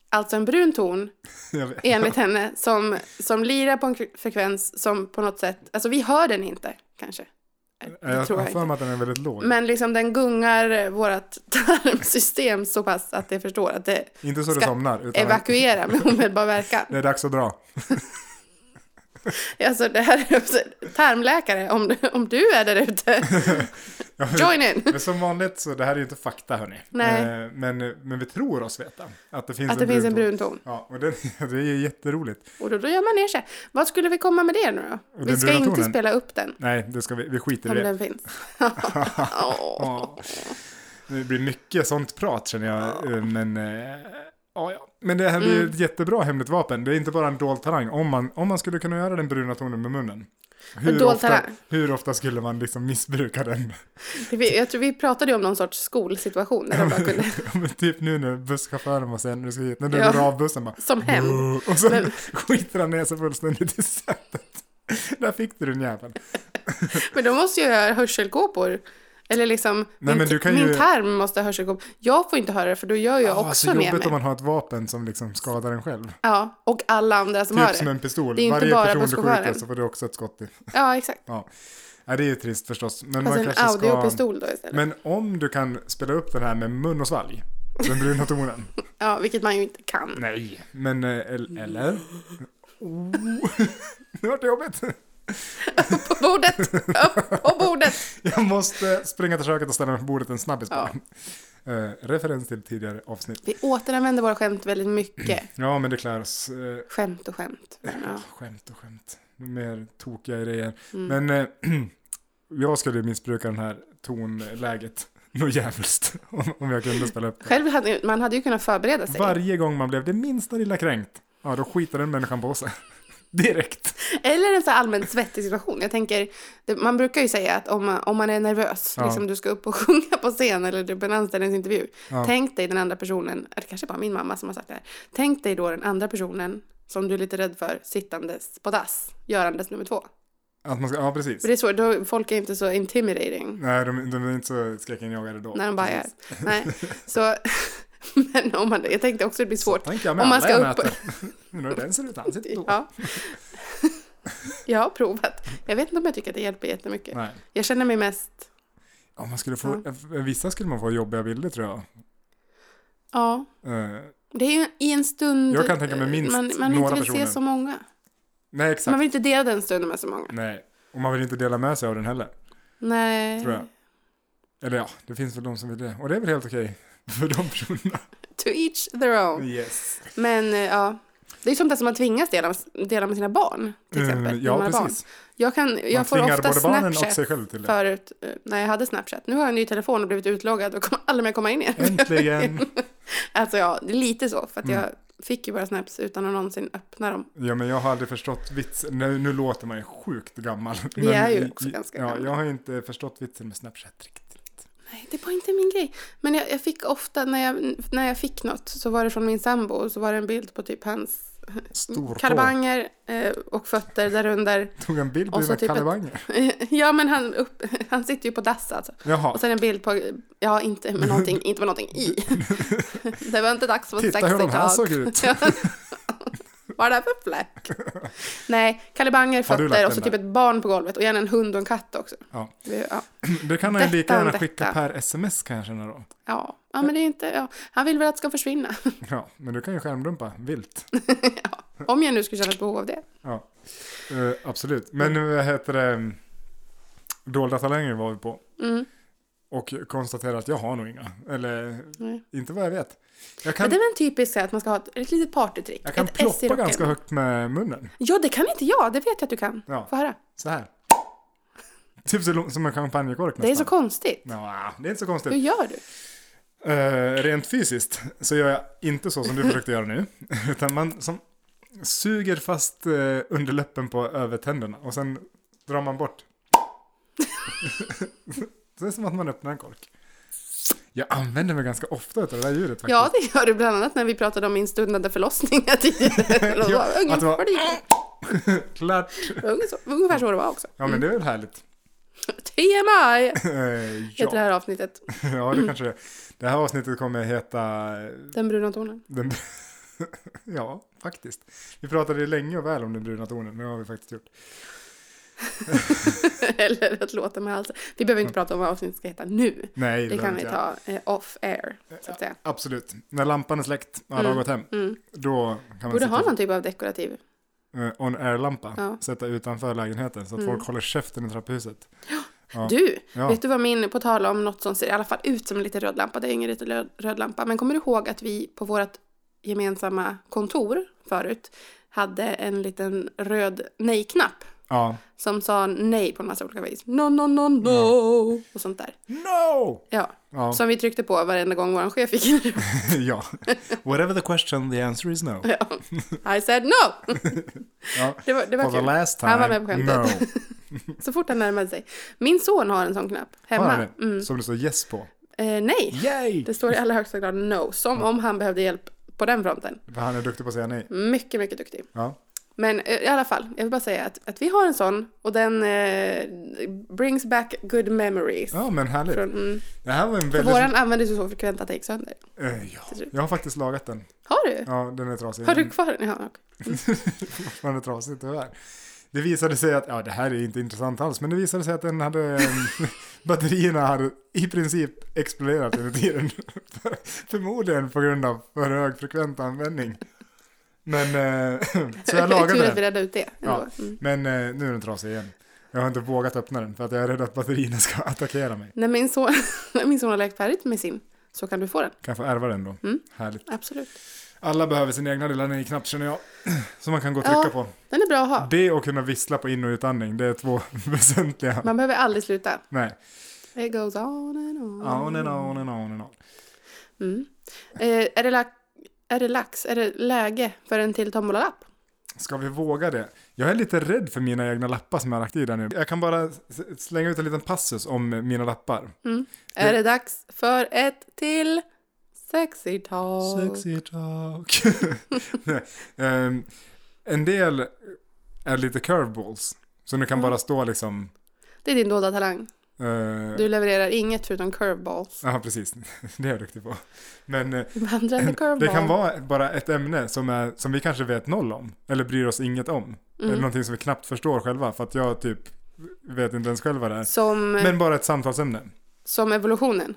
Speaker 1: Alltså en brun ton,
Speaker 2: jag vet. (laughs)
Speaker 1: enligt henne, som, som lirar på en fre- frekvens som på något sätt, alltså vi hör den inte kanske.
Speaker 2: Jag
Speaker 1: Det tror
Speaker 2: har
Speaker 1: jag
Speaker 2: för
Speaker 1: inte.
Speaker 2: mig att den är väldigt låg.
Speaker 1: Men liksom den gungar vårt (laughs) tarmsystem så pass att det förstår att det
Speaker 2: inte så du
Speaker 1: ska
Speaker 2: somnar. Utan
Speaker 1: evakuerar med omedelbar
Speaker 2: (laughs)
Speaker 1: verkan.
Speaker 2: det är dags
Speaker 1: (laughs)
Speaker 2: att dra.
Speaker 1: Alltså det här är också tarmläkare, om, du- om du är där ute,
Speaker 2: (laughs) Ja,
Speaker 1: (laughs) join in!
Speaker 2: Men som vanligt så det här är ju inte fakta hörni.
Speaker 1: Nej.
Speaker 2: Eh, Men, men vi tror oss veta att det finns
Speaker 1: Att det
Speaker 2: en
Speaker 1: finns
Speaker 2: brun
Speaker 1: en
Speaker 2: ton.
Speaker 1: brun ton.
Speaker 2: Ja, och det, det (laughs) är ju jätteroligt.
Speaker 1: Och då, då gör man ner sig. Vad skulle vi komma med det nu då?
Speaker 2: den
Speaker 1: Vi ska
Speaker 2: bruna
Speaker 1: inte
Speaker 2: tonen?
Speaker 1: spela upp den,
Speaker 2: Nej, det ska vi, vi skiter i
Speaker 1: om
Speaker 2: det.
Speaker 1: den
Speaker 2: (laughs)
Speaker 1: finns. (laughs) Åh.
Speaker 2: Ja. Det blir mycket sånt prat känner jag. eh, Men, eh, ja, ja. men det här blir
Speaker 1: Mm.
Speaker 2: ju ett jättebra hemligt vapen. Det är inte bara en dold talang. Om man, om man skulle kunna göra den bruna tonen med munnen. Hur
Speaker 1: dold
Speaker 2: ofta,
Speaker 1: talang.
Speaker 2: hur ofta skulle man liksom missbruka den? (laughs)
Speaker 1: Vi- Jag tror vi pratade ju om någon sorts skolsituation där de bara kunde,
Speaker 2: (laughs) Men typ nu när busschauffören var sen, när du ska hit, när du
Speaker 1: Ja.
Speaker 2: går av bussen bara.
Speaker 1: som hämnd.
Speaker 2: Och så
Speaker 1: Men-
Speaker 2: skiter han ner sig fullständigt i sätet. (laughs) Där fick du den jäveln.
Speaker 1: Men då måste jag göra hörselkåpor. Eller liksom,
Speaker 2: Nej,
Speaker 1: min,
Speaker 2: men du kan
Speaker 1: min
Speaker 2: ju-
Speaker 1: tarm måste ha hörselkåpor. Jag får inte höra det för då gör jag
Speaker 2: Ja,
Speaker 1: också
Speaker 2: så
Speaker 1: ner
Speaker 2: jobbigt
Speaker 1: mig.
Speaker 2: om man har ett vapen som liksom skadar en själv.
Speaker 1: Ja, och alla andra som hör
Speaker 2: typ som
Speaker 1: det.
Speaker 2: en pistol.
Speaker 1: Det är inte
Speaker 2: Varje
Speaker 1: bara
Speaker 2: person alltså, du skjuter
Speaker 1: busschauffören.
Speaker 2: så får du också ett skott i.
Speaker 1: Ja, exakt.
Speaker 2: Ja. ja, det är ju trist förstås. Men
Speaker 1: Alltså
Speaker 2: man
Speaker 1: en
Speaker 2: kanske ska...
Speaker 1: audiopistol då istället.
Speaker 2: Men om du kan spela upp den här med mun och svalg. Den bruna tonen.
Speaker 1: Ja, vilket man ju inte kan.
Speaker 2: Nej. Men, eh, el- eller? Oh. (laughs) Nu vart det jobbigt.
Speaker 1: På
Speaker 2: (laughs)
Speaker 1: bordet! Upp på bordet!
Speaker 2: Jag måste springa till köket och ställa mig på bordet en snabbis bara. Eh, referens till tidigare avsnitt.
Speaker 1: Vi återanvänder våra skämt väldigt mycket.
Speaker 2: Ja, men det klär oss. Eh,
Speaker 1: Skämt och skämt. Men, ja. Mm.
Speaker 2: skämt och skämt. Mer tokiga grejer. Men eh, (clears throat) jag skulle missbruka den här tonläget. Något jävligt. (laughs) Om, om jag kunde spela upp det.
Speaker 1: Själv hade man hade ju kunnat förbereda sig.
Speaker 2: Varje gång man blev det minsta lilla kränkt, ja då skitar den människan på sig. (laughs) Direkt.
Speaker 1: Eller en så här allmänt svettig situation. Jag tänker, det, man brukar ju säga att om man, om man är nervös,
Speaker 2: Ja.
Speaker 1: liksom du ska upp och (laughs) sjunga på scen eller du på en anställningsintervju.
Speaker 2: Ja.
Speaker 1: Tänk dig den andra personen, eller kanske bara min mamma som har sagt det här. Tänk dig då den andra personen som du är lite rädd för sittandes på dass, görandes nummer två.
Speaker 2: Att man ska, ja precis.
Speaker 1: För det är så, då, folk är inte så intimidating.
Speaker 2: Nej, de, de är inte så skräckinjagade då.
Speaker 1: när de bajar.
Speaker 2: Precis.
Speaker 1: Nej, så... (laughs) Men om man, jag tänkte också att det blir svårt.
Speaker 2: Tänker jag med
Speaker 1: Om man
Speaker 2: alla
Speaker 1: ska
Speaker 2: jag
Speaker 1: upp-
Speaker 2: möter. (laughs) Undrar hur den ser ut, han sitter då.
Speaker 1: Ja. (laughs) Jag har provat. Jag vet inte om jag tycker att det hjälper jättemycket.
Speaker 2: Nej.
Speaker 1: Jag känner mig mest...
Speaker 2: Ja, man skulle få, eh, Vissa skulle man få jobbiga bilder tror jag.
Speaker 1: Ja.
Speaker 2: Eh,
Speaker 1: Det är ju i en stund...
Speaker 2: Jag kan tänka mig minst
Speaker 1: man, man
Speaker 2: några
Speaker 1: inte vill
Speaker 2: personer.
Speaker 1: se så många.
Speaker 2: nej, exakt.
Speaker 1: Man vill inte dela den stunden med så många.
Speaker 2: Nej. Och man vill inte dela med sig av den heller,
Speaker 1: Nej.
Speaker 2: tror jag. Eller ja, det finns väl de som vill det. Och det är väl helt okej (laughs) för de personerna.
Speaker 1: To each their own.
Speaker 2: Yes.
Speaker 1: Men eh, ja. Det är sånt där som man tvingas dela, dela med sina barn. Till exempel.
Speaker 2: Mm,
Speaker 1: när
Speaker 2: ja,
Speaker 1: man har barn.
Speaker 2: precis.
Speaker 1: Jag, kan,
Speaker 2: Man
Speaker 1: jag får
Speaker 2: tvingar
Speaker 1: ofta
Speaker 2: både barnen och
Speaker 1: Snapchat
Speaker 2: sig själv till det.
Speaker 1: förut eh, när jag hade Snapchat. Nu har jag en ny telefon och blivit utloggad och kommer aldrig mer komma in
Speaker 2: Mm.
Speaker 1: igen. (laughs)
Speaker 2: Äntligen!
Speaker 1: Alltså ja, det är lite så för att jag
Speaker 2: Mm.
Speaker 1: fick ju bara snaps utan att någonsin öppna dem.
Speaker 2: Ja, men jag har aldrig förstått vitsen. Nu, nu låter man ju sjukt gammal.
Speaker 1: Vi är ju också ganska
Speaker 2: ja,
Speaker 1: gamla.
Speaker 2: Jag har ju inte förstått vitsen med Snapchat riktigt.
Speaker 1: Nej, det var inte min grej. Men jag, jag fick ofta, när jag, när jag fick något så var det från min sambo och så var det en bild på typ hans
Speaker 2: Stortå.
Speaker 1: kalbanger eh, och fötter där under.
Speaker 2: Tog en bild på
Speaker 1: Och så
Speaker 2: dina
Speaker 1: typ ett-
Speaker 2: kalavanger.
Speaker 1: ja, men han, upp, han sitter ju på dass alltså.
Speaker 2: Jaha,
Speaker 1: Och sen en bild på, ja inte
Speaker 2: (laughs)
Speaker 1: med någonting, inte med någonting i. det var inte dags för
Speaker 2: titta hur de här såg ut.
Speaker 1: (laughs) Vad är det här för
Speaker 2: (laughs)
Speaker 1: fläck? Nej, kallibanger,
Speaker 2: Har du lagt
Speaker 1: fötter och så
Speaker 2: den
Speaker 1: typ ett barn på golvet och gärna en hund och en katt också.
Speaker 2: Ja.
Speaker 1: Det- Ja,
Speaker 2: Det kan han ju lika
Speaker 1: Detta om
Speaker 2: gärna skicka
Speaker 1: detta.
Speaker 2: per sms kan jag känna då.
Speaker 1: ja. ja men det är inte, ja. han vill väl att det ska
Speaker 2: (laughs)
Speaker 1: försvinna.
Speaker 2: Ja, men du kan ju skärmdumpa vilt.
Speaker 1: Om jag nu skulle känna ett behov av det.
Speaker 2: Ja, Eh, absolut. Men vad heter det? Dolda talanger var vi på.
Speaker 1: Mm.
Speaker 2: Och konstaterar att jag har nog inga. Eller
Speaker 1: Nej.
Speaker 2: inte vad jag vet. Jag
Speaker 1: Men
Speaker 2: kan,
Speaker 1: det är väl en typisk så här att man ska ha ett, ett litet partytrick.
Speaker 2: jag kan
Speaker 1: ett S i
Speaker 2: ploppa
Speaker 1: rocken.
Speaker 2: ganska högt med munnen.
Speaker 1: Ja, det kan inte jag. Det vet jag att du kan.
Speaker 2: Ja.
Speaker 1: Få höra.
Speaker 2: Så här. Typ så lång som en champagnekork
Speaker 1: Det är så konstigt.
Speaker 2: Nja, det är inte så
Speaker 1: Hur
Speaker 2: konstigt.
Speaker 1: gör du?
Speaker 2: Eh, rent fysiskt så gör jag inte så som du försökte göra nu. (laughs) Utan man som suger fast eh, underläppen på övertänderna och sen drar man bort. (laughs) så det är som att man öppnar en kork. Jag använder mig ganska ofta av det där ljudet faktiskt.
Speaker 1: Ja, det gör du bland annat när vi pratade om min stundande förlossning här (laughs) tidigare. Då
Speaker 2: (laughs) Ja,
Speaker 1: var det
Speaker 2: att det var-
Speaker 1: ungefär-
Speaker 2: Klart.
Speaker 1: Ungefär så- Ungefär så det var också.
Speaker 2: Ja, men det är väl härligt.
Speaker 1: TMI
Speaker 2: Eh,
Speaker 1: heter det
Speaker 2: ja.
Speaker 1: här avsnittet.
Speaker 2: ja, det kanske det är. Det här avsnittet kommer heta... eh,
Speaker 1: Den bruna tonen. (laughs)
Speaker 2: Den... ja, faktiskt. Vi pratade ju länge och väl om den bruna tonen, men det har vi faktiskt gjort.
Speaker 1: Eller att låta med halsen. Vi behöver inte prata om vad avsnittet ska heta nu.
Speaker 2: Nej,
Speaker 1: Det kan
Speaker 2: behöver
Speaker 1: vi
Speaker 2: inte Mm. jag.
Speaker 1: ta eh, off air, så att säga.
Speaker 2: Absolut. När lampan är släckt och alla
Speaker 1: Mm,
Speaker 2: har gått hem,
Speaker 1: Mm.
Speaker 2: då kan man
Speaker 1: Borde ha
Speaker 2: sätta
Speaker 1: någon typ av dekorativ.
Speaker 2: eh, on-air-lampa,
Speaker 1: Ja. Mm.
Speaker 2: sätta utanför lägenheten så att folk håller käften i trapphuset. Ja.
Speaker 1: Du,
Speaker 2: Ja.
Speaker 1: vet du vad min, på tal om något som ser i alla fall ut som en liten röd lampa, det är ingen liten röd, röd lampa, men kommer du ihåg att vi på vårt gemensamma kontor förut hade en liten röd nej-knapp
Speaker 2: Ja.
Speaker 1: som sa nej på en massa olika vis. No, no, no, no och sånt där.
Speaker 2: No!
Speaker 1: Ja,
Speaker 2: Ja.
Speaker 1: som vi tryckte på varenda gång vår chef gick in. i rummet.
Speaker 2: (laughs) ja. Whatever the question, the answer
Speaker 1: (laughs)
Speaker 2: is no.
Speaker 1: I said no!
Speaker 2: Ja.
Speaker 1: Det var, det var
Speaker 2: For the
Speaker 1: kul.
Speaker 2: last time,
Speaker 1: Han var med på
Speaker 2: no.
Speaker 1: skämtet. Så fort han närmade sig. Min son har en sån knapp
Speaker 2: Har
Speaker 1: hemma. Mm.
Speaker 2: han det? Som det står yes på.
Speaker 1: Eh, nej,
Speaker 2: Yay!
Speaker 1: det står i allra högsta grad no, som om han behövde hjälp på den fronten.
Speaker 2: För han är duktig på att säga nej.
Speaker 1: Mycket, mycket duktig.
Speaker 2: Ja.
Speaker 1: Men eh, i alla fall, jag vill bara säga att, att vi har en sån och den eh, brings back good memories.
Speaker 2: ja, men härligt.
Speaker 1: Från, mm,
Speaker 2: Det här var en
Speaker 1: för
Speaker 2: väldigt...
Speaker 1: våran användes ju så frekvent att det gick sönder.
Speaker 2: Eh, ja. Jag har faktiskt lagat den.
Speaker 1: Har du?
Speaker 2: Ja, den är trasig. Mm.
Speaker 1: Har du kvar den? Ja, okej.
Speaker 2: Den är trasig tyvärr. Det visade sig att, ja det här är inte intressant alls, men det visade sig att den hade, em, (laughs) batterierna hade i princip exploderat under tiden. (laughs) Förmodligen på grund av för högfrekvent användning. Men, eh, (clears throat) så
Speaker 1: Tur
Speaker 2: jag lagade
Speaker 1: att vi
Speaker 2: den.
Speaker 1: redde ut det ändå.
Speaker 2: Ja,
Speaker 1: Mm.
Speaker 2: men eh, nu är den trasig igen. Jag har inte vågat öppna den för att jag är rädd att batterierna ska (laughs) attackera mig.
Speaker 1: När min son, (laughs) när min son har lekt färdigt med sin så kan du få den.
Speaker 2: Kan jag få ärva den då?
Speaker 1: Mm.
Speaker 2: Härligt.
Speaker 1: Absolut.
Speaker 2: Alla behöver sin egna lilla nej-knapp känner jag. (clears throat) Som man kan gå och trycka
Speaker 1: Ja.
Speaker 2: på.
Speaker 1: Den är bra att ha.
Speaker 2: Det och kunna vissla på in och utandning, det är två (laughs) väsentliga.
Speaker 1: Man behöver aldrig sluta.
Speaker 2: Nej.
Speaker 1: It goes on and on.
Speaker 2: On and on and on and on.
Speaker 1: Mm. Eh, är, det la- är det lax? Är det läge för en till tombolalapp?
Speaker 2: Ska vi våga det? Jag är lite rädd för mina egna lappar som jag har lagt i där nu. Jag kan bara s- slänga ut en liten passus om mina lappar.
Speaker 1: Är det dags för ett till sexy talk?
Speaker 2: Sexy talk. (laughs) Nej, ehm, en del är lite curveballs. Så nu kan bara stå liksom...
Speaker 1: Det är din dolda talang.
Speaker 2: eh,
Speaker 1: Du levererar inget förutom curveballs. (laughs)
Speaker 2: Ja, precis. (laughs) Det är jag duktig på. Men eh,
Speaker 1: Vandrande curveball.
Speaker 2: det kan vara bara ett ämne som, är, som vi kanske vet noll om. Eller bryr oss inget om.
Speaker 1: Mm.
Speaker 2: Eller någonting som vi knappt förstår själva. För att jag typ vet inte ens själv vad det är.
Speaker 1: Som,
Speaker 2: Men bara ett samtalsämne,
Speaker 1: som evolutionen,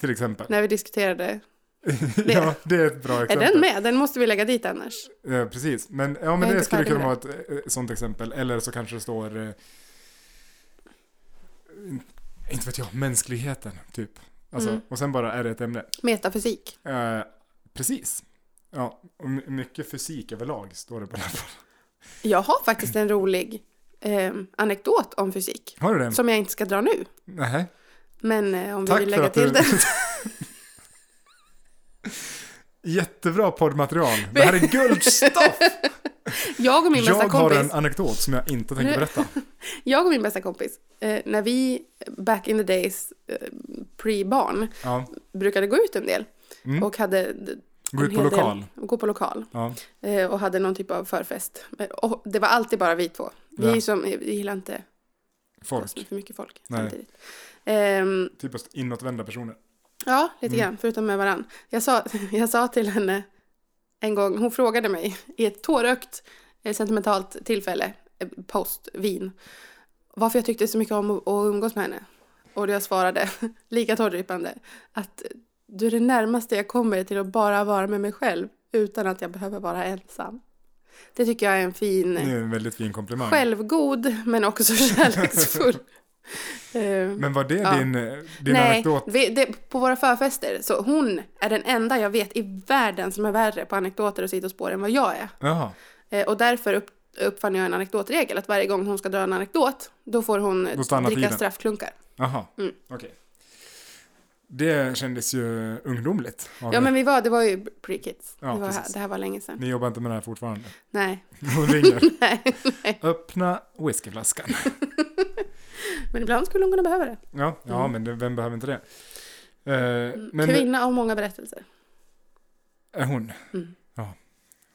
Speaker 2: till exempel.
Speaker 1: när vi diskuterade.
Speaker 2: (laughs) ja, det är ett bra
Speaker 1: Är
Speaker 2: exempel.
Speaker 1: den med? Den måste vi lägga dit annars.
Speaker 2: Ja, precis. Men, ja,
Speaker 1: är
Speaker 2: men det
Speaker 1: inte
Speaker 2: skulle
Speaker 1: färdig
Speaker 2: kunna vara
Speaker 1: med
Speaker 2: ett eh, sånt exempel. Eller så kanske det står... Eh, in- inte vet jag, mänskligheten, typ. Alltså,
Speaker 1: Mm.
Speaker 2: Och sen bara är det ett ämne.
Speaker 1: Metafysik.
Speaker 2: Eh, precis. Ja, och my- mycket fysik överlag står det på lappen.
Speaker 1: Jag har faktiskt en rolig eh, anekdot om fysik.
Speaker 2: (laughs) Har du det?
Speaker 1: Som jag inte ska dra nu.
Speaker 2: Nej.
Speaker 1: Men eh, om vi
Speaker 2: Ehm. Tack
Speaker 1: vill
Speaker 2: för
Speaker 1: lägga
Speaker 2: att du...
Speaker 1: till den.
Speaker 2: (laughs) Jättebra poddmaterial.
Speaker 1: (laughs)
Speaker 2: Det här är guldstoff!
Speaker 1: Jag och min
Speaker 2: Jag
Speaker 1: bästa
Speaker 2: har
Speaker 1: kompis.
Speaker 2: en anekdot som jag inte tänker
Speaker 1: Nu-
Speaker 2: berätta.
Speaker 1: Jag och min bästa kompis. Eh, när vi back in the days eh, pre-barn (laughs)
Speaker 2: Ja.
Speaker 1: brukade gå ut en del.
Speaker 2: Mm.
Speaker 1: Och hade... d-
Speaker 2: Gå
Speaker 1: en
Speaker 2: ut på
Speaker 1: hel del-
Speaker 2: lokal.
Speaker 1: Gå på lokal.
Speaker 2: Ja.
Speaker 1: Eh, och hade någon typ av förfest. Men- Och det var alltid bara vi två. Vi,
Speaker 2: Ja.
Speaker 1: är som, vi gillar inte
Speaker 2: Folk.
Speaker 1: för mycket folk
Speaker 2: Nej.
Speaker 1: samtidigt. Ehm,
Speaker 2: Typiskt inåtvända personer.
Speaker 1: Ja, lite grann, förutom med varann. Jag sa, (laughs) jag sa till henne en gång, hon frågade mig i ett tårögt eh, sentimentalt tillfälle, eh, post vin, varför jag tyckte så mycket om att att umgås med henne. Och jag svarade, (laughs) lika tårdrypande, att du är det närmaste jag kommer till att bara vara med mig själv utan att jag behöver vara ensam. Det tycker jag är en fin,
Speaker 2: Det är en väldigt fin komplimang.
Speaker 1: självgod men också (laughs) kärleksfull. Eh,
Speaker 2: Men var det
Speaker 1: Ja.
Speaker 2: din, eh, din
Speaker 1: Nej,
Speaker 2: anekdot?
Speaker 1: vi, det, på våra förfester, så hon är den enda jag vet i världen som är värre på anekdoter och sidospår än vad jag är.
Speaker 2: Jaha.
Speaker 1: Eh, och därför upp, uppfann jag en anekdotregel att varje gång hon ska dra en anekdot då får hon
Speaker 2: Då stannar
Speaker 1: dricka
Speaker 2: tiden.
Speaker 1: straffklunkar.
Speaker 2: Jaha,
Speaker 1: Mm.
Speaker 2: okej. Det kändes ju ungdomligt. av
Speaker 1: Ja
Speaker 2: er.
Speaker 1: men vi var, det var ju pre-kids.
Speaker 2: Ja,
Speaker 1: vi var här,
Speaker 2: precis.
Speaker 1: det här var länge sedan.
Speaker 2: Ni jobbar inte med det här fortfarande? (laughs)
Speaker 1: Nej.
Speaker 2: Hon ringer.
Speaker 1: (laughs) Nej.
Speaker 2: Öppna whiskyflaskan.
Speaker 1: Men ibland skulle hon kunna behöva det.
Speaker 2: Ja, ja
Speaker 1: Mm.
Speaker 2: men det, vem behöver inte det? Eh, men
Speaker 1: Kvinna av många berättelser.
Speaker 2: är hon?
Speaker 1: Mm.
Speaker 2: Ja.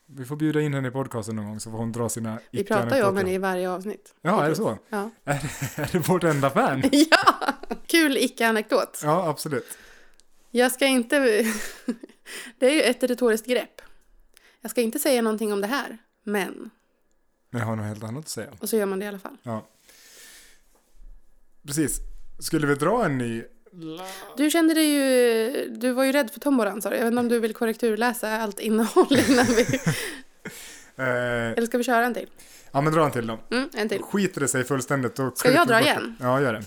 Speaker 2: Vi får bjuda in henne i podcasten någon gång så får hon dra sina
Speaker 1: Vi pratar ju om
Speaker 2: icke-anekdoter.
Speaker 1: henne i varje avsnitt.
Speaker 2: Ja, är det så?
Speaker 1: Ja. (laughs)
Speaker 2: Är det vårt enda fan?
Speaker 1: ja! Kul icke-anekdot.
Speaker 2: Ja, absolut.
Speaker 1: Jag ska inte... (laughs) det är ju ett retoriskt grepp. Jag ska inte säga någonting om det här, men...
Speaker 2: Men jag har något helt annat att säga.
Speaker 1: Och så gör man det i alla fall.
Speaker 2: Ja. Precis. Skulle vi dra en ny?
Speaker 1: Du kände dig ju... Du var ju rädd för tombolan sa du. Jag vet inte om du vill korrekturläsa allt innehåll innan (laughs) vi...
Speaker 2: Eh,
Speaker 1: Eller ska vi köra en till?
Speaker 2: ja, men dra en till då.
Speaker 1: Mm, en till.
Speaker 2: Skiter det sig fullständigt då
Speaker 1: Ska jag
Speaker 2: skjuter vi
Speaker 1: dra
Speaker 2: bort
Speaker 1: igen?
Speaker 2: det. Ja, gör det.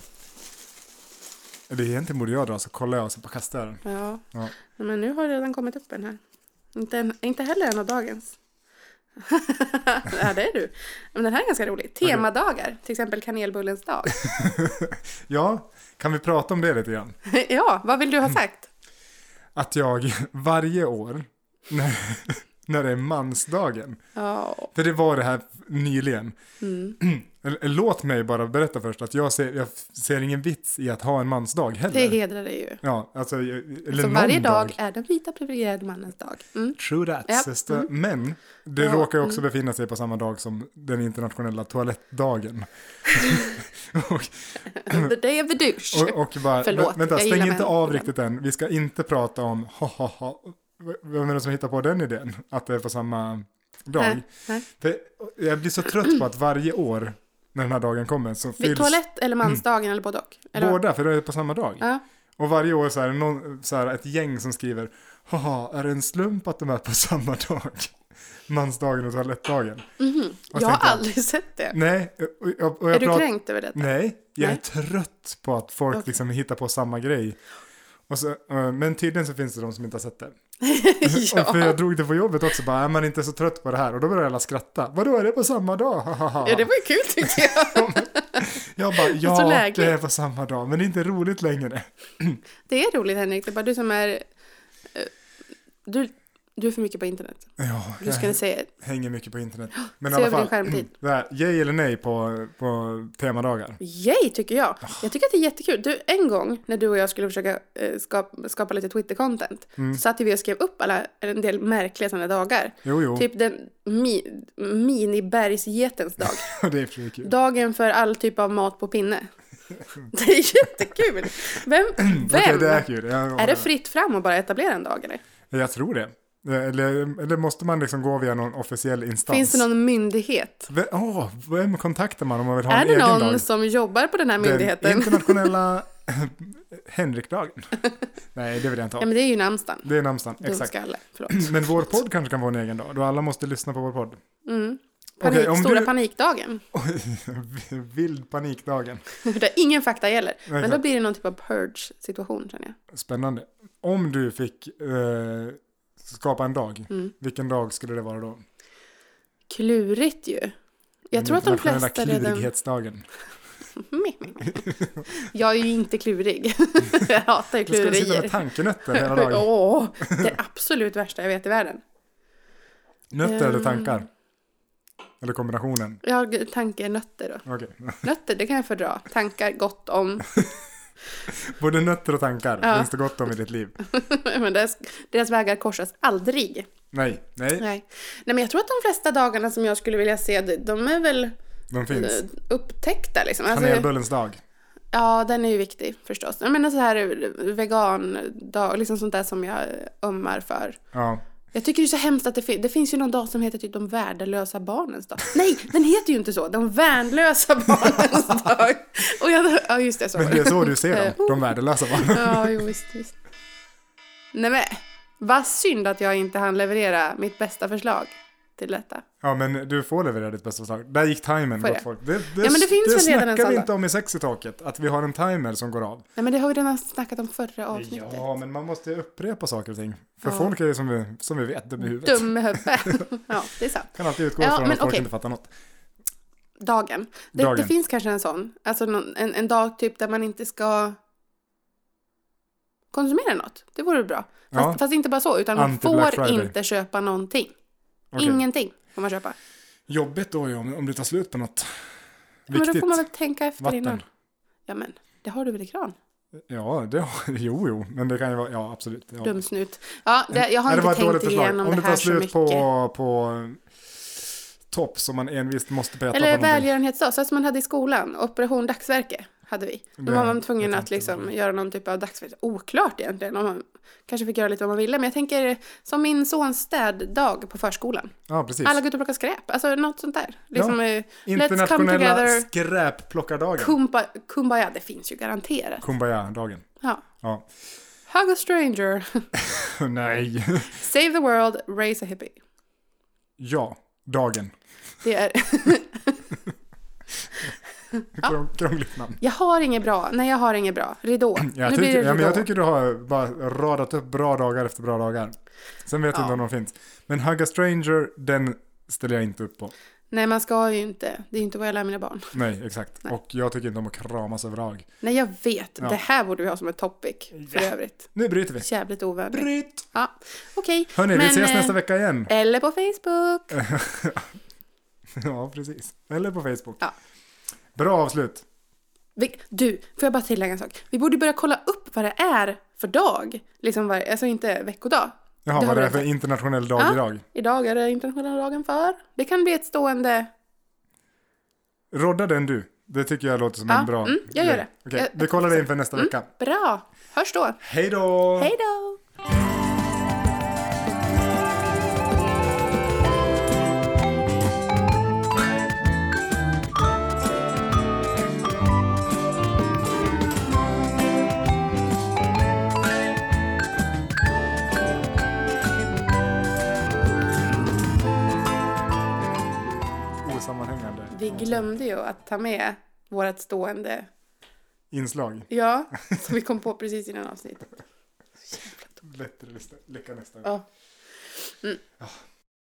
Speaker 2: Eller egentligen borde jag dra så kollar jag och så bara kastar jag den.
Speaker 1: Ja.
Speaker 2: Ja.
Speaker 1: Men nu har det redan kommit upp en här. Inte, en, inte heller en av dagens. (laughs) ja, det är du. Men den här är ganska rolig. Temadagar, till exempel kanelbullens dag. (laughs)
Speaker 2: Ja, kan vi prata om det lite grann?
Speaker 1: ja, vad vill du ha sagt?
Speaker 2: Att jag (laughs) varje år när, (laughs) när det är mansdagen
Speaker 1: Ja.
Speaker 2: För det var det här nyligen.
Speaker 1: Mm.
Speaker 2: Eller, eh, Låt mig bara berätta först att jag ser, jag ser ingen vits i att ha en mansdag
Speaker 1: Det
Speaker 2: heller.
Speaker 1: hedrar dig ju.
Speaker 2: Ja, alltså, eller
Speaker 1: Så
Speaker 2: någon
Speaker 1: varje dag är den vita privilegierade mannens dag.
Speaker 2: (clears throat)
Speaker 1: Mm.
Speaker 2: True that,
Speaker 1: Ja, Mm.
Speaker 2: sister. Men det
Speaker 1: Ja, mm.
Speaker 2: råkar ju också befinna sig på samma dag som den
Speaker 1: (laughs)
Speaker 2: internationella toalettdagen. och,
Speaker 1: The day of the douche.
Speaker 2: och, och bara,
Speaker 1: Förlåt,
Speaker 2: vä- vänta,
Speaker 1: jag gillar
Speaker 2: stäng inte
Speaker 1: män.
Speaker 2: av riktigt än. Vi ska inte prata om ha ha ha. V- Vem är det som hittar på den idén? Att det är på samma dag.
Speaker 1: Nej, nej.
Speaker 2: För jag blir så trött på att varje år när den här dagen kommer så
Speaker 1: Vid
Speaker 2: fylls Mm.
Speaker 1: toalett eller mansdagen eller både och? Eller?
Speaker 2: båda, för det är på samma dag.
Speaker 1: Ja.
Speaker 2: Och varje år så är det någon, så här, ett gäng som skriver Haha, är det en slump att de är på samma dag? Mansdagen och toalettdagen.
Speaker 1: Mhm. Jag har
Speaker 2: Och tänkte jag-
Speaker 1: aldrig sett det.
Speaker 2: Nej, och, och, och jag
Speaker 1: är du
Speaker 2: pratar-
Speaker 1: kränkt över detta?
Speaker 2: Nej, jag är
Speaker 1: Nej.
Speaker 2: trött på att folk liksom hittar på samma grej. Och så, eh, men tydligen så finns det de som inte har sett det. Och för
Speaker 1: (laughs) ja.
Speaker 2: jag drog det på jobbet också, bara, är man inte så trött på det här? Och då började alla skratta. Vadå, är det på samma dag?
Speaker 1: ja, det var ju kul tyckte jag.
Speaker 2: (laughs) Jag bara,
Speaker 1: så
Speaker 2: ja,
Speaker 1: lägligt."
Speaker 2: det är på samma dag, men det är inte roligt längre.
Speaker 1: Det är roligt Henrik, det är bara du som är... eh, Du, du är för mycket på internet.
Speaker 2: Ja,
Speaker 1: Du ska
Speaker 2: jag-
Speaker 1: säga...
Speaker 2: Hänger mycket på internet. Men
Speaker 1: Se
Speaker 2: i alla
Speaker 1: över din
Speaker 2: fall, Mm.
Speaker 1: skärmtid.
Speaker 2: det här, yay eller nej på, på temadagar.
Speaker 1: Yay, tycker jag!
Speaker 2: Ah.
Speaker 1: Jag tycker att det är jättekul. Du, en gång när du och jag skulle försöka eh, skapa, skapa lite Twitter-content
Speaker 2: Mm.
Speaker 1: så satt ju vi och skrev upp alla, en del märkliga sådana dagar.
Speaker 2: Jo, jo,
Speaker 1: Typ den mi, minibergsgetens dag.
Speaker 2: (laughs) det är för kul.
Speaker 1: Dagen för all typ av mat på
Speaker 2: (laughs)
Speaker 1: pinne. Det är jättekul! Vem? vem?
Speaker 2: (clears throat) Okej, det är kul.
Speaker 1: är det fritt fram att bara etablera en dag eller?
Speaker 2: Jag tror det. Eller, eller måste man liksom gå via någon officiell instans?
Speaker 1: Finns det någon myndighet?
Speaker 2: Ve- åh, vem kontaktar man om man vill ha
Speaker 1: Är
Speaker 2: en
Speaker 1: det
Speaker 2: egen
Speaker 1: någon
Speaker 2: dag?
Speaker 1: som jobbar på den här myndigheten? (laughs)
Speaker 2: Den internationella Henrikdagen. Nej, det vill jag inte
Speaker 1: Ja,
Speaker 2: ha.
Speaker 1: men det är ju namnsdagen.
Speaker 2: Det är namnsdagen, exakt.
Speaker 1: Dumskalle. Förlåt.
Speaker 2: (clears throat) Men vår podd kanske kan vara en egen dag, då alla måste lyssna på vår podd.
Speaker 1: Mm. Panik,
Speaker 2: Okej, om
Speaker 1: stora
Speaker 2: du-
Speaker 1: panikdagen. (laughs)
Speaker 2: (laughs) Vild panikdagen.
Speaker 1: Där ingen fakta gäller. Men då
Speaker 2: exakt.
Speaker 1: blir det någon typ av purge-situation känner jag.
Speaker 2: Spännande. Om du fick eh, skapa en dag,
Speaker 1: Mm.
Speaker 2: vilken dag skulle det vara då?
Speaker 1: Klurigt ju. Jag
Speaker 2: Den
Speaker 1: tror att de
Speaker 2: Mm, internationella
Speaker 1: flesta redan...
Speaker 2: klurighetsdagen.
Speaker 1: Meh, meh, meh. Jag är ju inte klurig. (laughs) jag hatar ju
Speaker 2: Då ska du sitta med
Speaker 1: klurerier.
Speaker 2: tankenötter hela
Speaker 1: (laughs)
Speaker 2: dagen.
Speaker 1: Åh, det absolut värsta jag vet i världen.
Speaker 2: Nötter eller
Speaker 1: Ehm.
Speaker 2: tankar? Eller kombinationen?
Speaker 1: Jag tanker nötter då.
Speaker 2: Okej. (laughs)
Speaker 1: Nötter, det kan jag fördra. Tankar gott om. (laughs)
Speaker 2: Både nötter och tankar
Speaker 1: Ja.
Speaker 2: finns det gott om i ditt liv.
Speaker 1: Men deras, deras vägar korsas aldrig.
Speaker 2: Nej, nej,
Speaker 1: Nej. Nej, men jag tror att de flesta dagarna som jag skulle vilja se, de- de är väl
Speaker 2: de finns.
Speaker 1: eh, upptäckta liksom. Alltså,
Speaker 2: Kanelbullens dag.
Speaker 1: ja, den är ju viktig förstås. Jag menar så här vegandag, liksom sånt där som jag ömmar för.
Speaker 2: Ja.
Speaker 1: Jag tycker det är så hemskt att det, fin- det finns ju någon dag som heter typ de värdelösa barnens
Speaker 2: (laughs)
Speaker 1: dag. Nej, den heter ju inte så. De värnlösa barnens
Speaker 2: (laughs)
Speaker 1: dag. Och jag, ja, just det, så var
Speaker 2: Men det är så du ser dem,
Speaker 1: (laughs)
Speaker 2: de värdelösa barnen.
Speaker 1: Ja, jo, visst, visst. Nej men, vad synd att jag inte hann leverera mitt bästa förslag till detta.
Speaker 2: Ja, men du får leverera ditt bästa förslag. Där gick timern,
Speaker 1: Får
Speaker 2: gott
Speaker 1: jag?
Speaker 2: folk. Det, det,
Speaker 1: men det finns väl redan en
Speaker 2: snackar
Speaker 1: sån
Speaker 2: vi
Speaker 1: då?
Speaker 2: inte om i sex i taket, att vi har en timer som går av.
Speaker 1: Nej men det har vi redan snackat om förra avsnittet.
Speaker 2: Ja, men man måste upprepa saker och ting. För
Speaker 1: Ja.
Speaker 2: folk är ju som vi, som vi vet dum i huvudet.
Speaker 1: Dum i huvudet. (laughs) ja, det är sant.
Speaker 2: Kan alltid utgå
Speaker 1: Ja,
Speaker 2: från
Speaker 1: men
Speaker 2: att folk
Speaker 1: okej.
Speaker 2: inte fattar något.
Speaker 1: Dagen. Det,
Speaker 2: Dagen.
Speaker 1: det finns kanske en sån. Alltså någon, en, en dag typ där man inte ska konsumera något. Det vore bra. Fast,
Speaker 2: Ja.
Speaker 1: fast inte bara så, utan man
Speaker 2: Anti-Black
Speaker 1: får
Speaker 2: Friday.
Speaker 1: inte köpa någonting.
Speaker 2: Okej.
Speaker 1: Ingenting får man köpa.
Speaker 2: Jobbigt då ju om, om det tar slut på något.
Speaker 1: Men då
Speaker 2: Viktigt.
Speaker 1: får man väl tänka efter
Speaker 2: Vatten.
Speaker 1: innan. Ja men, det har du väl i kran?
Speaker 2: Ja, det har, (laughs) jo, jo, men det kan ju vara, ja absolut. Ja.
Speaker 1: Dum snut. Ja, det, jag har
Speaker 2: Nej, det var ett
Speaker 1: inte
Speaker 2: dåligt
Speaker 1: tänkt
Speaker 2: förslag.
Speaker 1: igenom
Speaker 2: Om
Speaker 1: det
Speaker 2: det tar
Speaker 1: här så
Speaker 2: slut
Speaker 1: mycket.
Speaker 2: på, på eh, topp som man envist måste peta
Speaker 1: Eller
Speaker 2: på någonting.
Speaker 1: välgörenhetsdag, så som man hade i skolan. Operation dagsverke hade vi. Då
Speaker 2: Det
Speaker 1: var man
Speaker 2: vet
Speaker 1: tvungen
Speaker 2: jag
Speaker 1: att
Speaker 2: inte.
Speaker 1: liksom göra någon typ av dagsverke. Oklart egentligen. Om man kanske fick göra lite vad man ville. Men jag tänker som min sons städdag på förskolan.
Speaker 2: Ja, precis.
Speaker 1: Alla går ut och plockar skräp. Alltså något sånt där. Liksom, eh, let's come
Speaker 2: Internationella
Speaker 1: together.
Speaker 2: skräpplockardagen.
Speaker 1: Kumba, kumbaya, det finns ju garanterat.
Speaker 2: Kumbaya-dagen.
Speaker 1: Ja.
Speaker 2: Ja. (laughs)
Speaker 1: Hug a stranger, (laughs)
Speaker 2: Nej.
Speaker 1: save the world, raise a hippie.
Speaker 2: ja, dagen.
Speaker 1: Det är... (laughs)
Speaker 2: Krång, krångligt namn.
Speaker 1: Jag har inget bra. Nej, jag har inget bra. Ridå.
Speaker 2: (clears throat) Jag
Speaker 1: nu blir det
Speaker 2: tycker, ja, men
Speaker 1: ridå.
Speaker 2: jag tycker du har bara radat upp bra dagar efter bra dagar. Sen vet jag
Speaker 1: Ja.
Speaker 2: inte om de finns. Men Hugga Stranger, den ställer jag inte upp på.
Speaker 1: Nej, man ska ju inte. Det är ju inte vad jag lär mina barn.
Speaker 2: Nej, exakt. Och jag tycker inte om att kramas överlag.
Speaker 1: Nej, jag vet.
Speaker 2: Ja.
Speaker 1: Det här borde vi ha som ett topic för
Speaker 2: Ja.
Speaker 1: övrigt.
Speaker 2: Nu bryter vi.
Speaker 1: Jävligt ovänligt.
Speaker 2: Bryt!
Speaker 1: Ja, okej.
Speaker 2: Hörni, vi
Speaker 1: Men,
Speaker 2: ses
Speaker 1: eh,
Speaker 2: nästa vecka igen. (laughs)
Speaker 1: Eller på Facebook.
Speaker 2: ja, precis. Eller på Facebook.
Speaker 1: Ja.
Speaker 2: Bra avslut.
Speaker 1: Vi, du, får jag bara tillägga en sak? Vi borde börja kolla upp vad det är för dag. Liksom var, alltså inte veckodag.
Speaker 2: Jaha,
Speaker 1: Det har
Speaker 2: vad det
Speaker 1: vi
Speaker 2: är för internationell dag
Speaker 1: Ja.
Speaker 2: idag.
Speaker 1: Idag är det internationella dagen för. Det kan bli ett stående...
Speaker 2: Rodda den du. Det tycker jag låter som
Speaker 1: Ja,
Speaker 2: en bra
Speaker 1: mm, jag gör
Speaker 2: grej.
Speaker 1: det.
Speaker 2: Okej,
Speaker 1: Jag-
Speaker 2: vi kollar det inför nästa vecka.
Speaker 1: Bra! Hörs då!
Speaker 2: Hej då!
Speaker 1: Hej då!
Speaker 2: Osammanhängande
Speaker 1: Vi glömde ju att ta med vårt stående...
Speaker 2: inslag.
Speaker 1: Ja, som vi kom på precis innan avsnittet.
Speaker 2: Bättre lyssna- lycka nästa gång.
Speaker 1: Ja.
Speaker 2: Ja,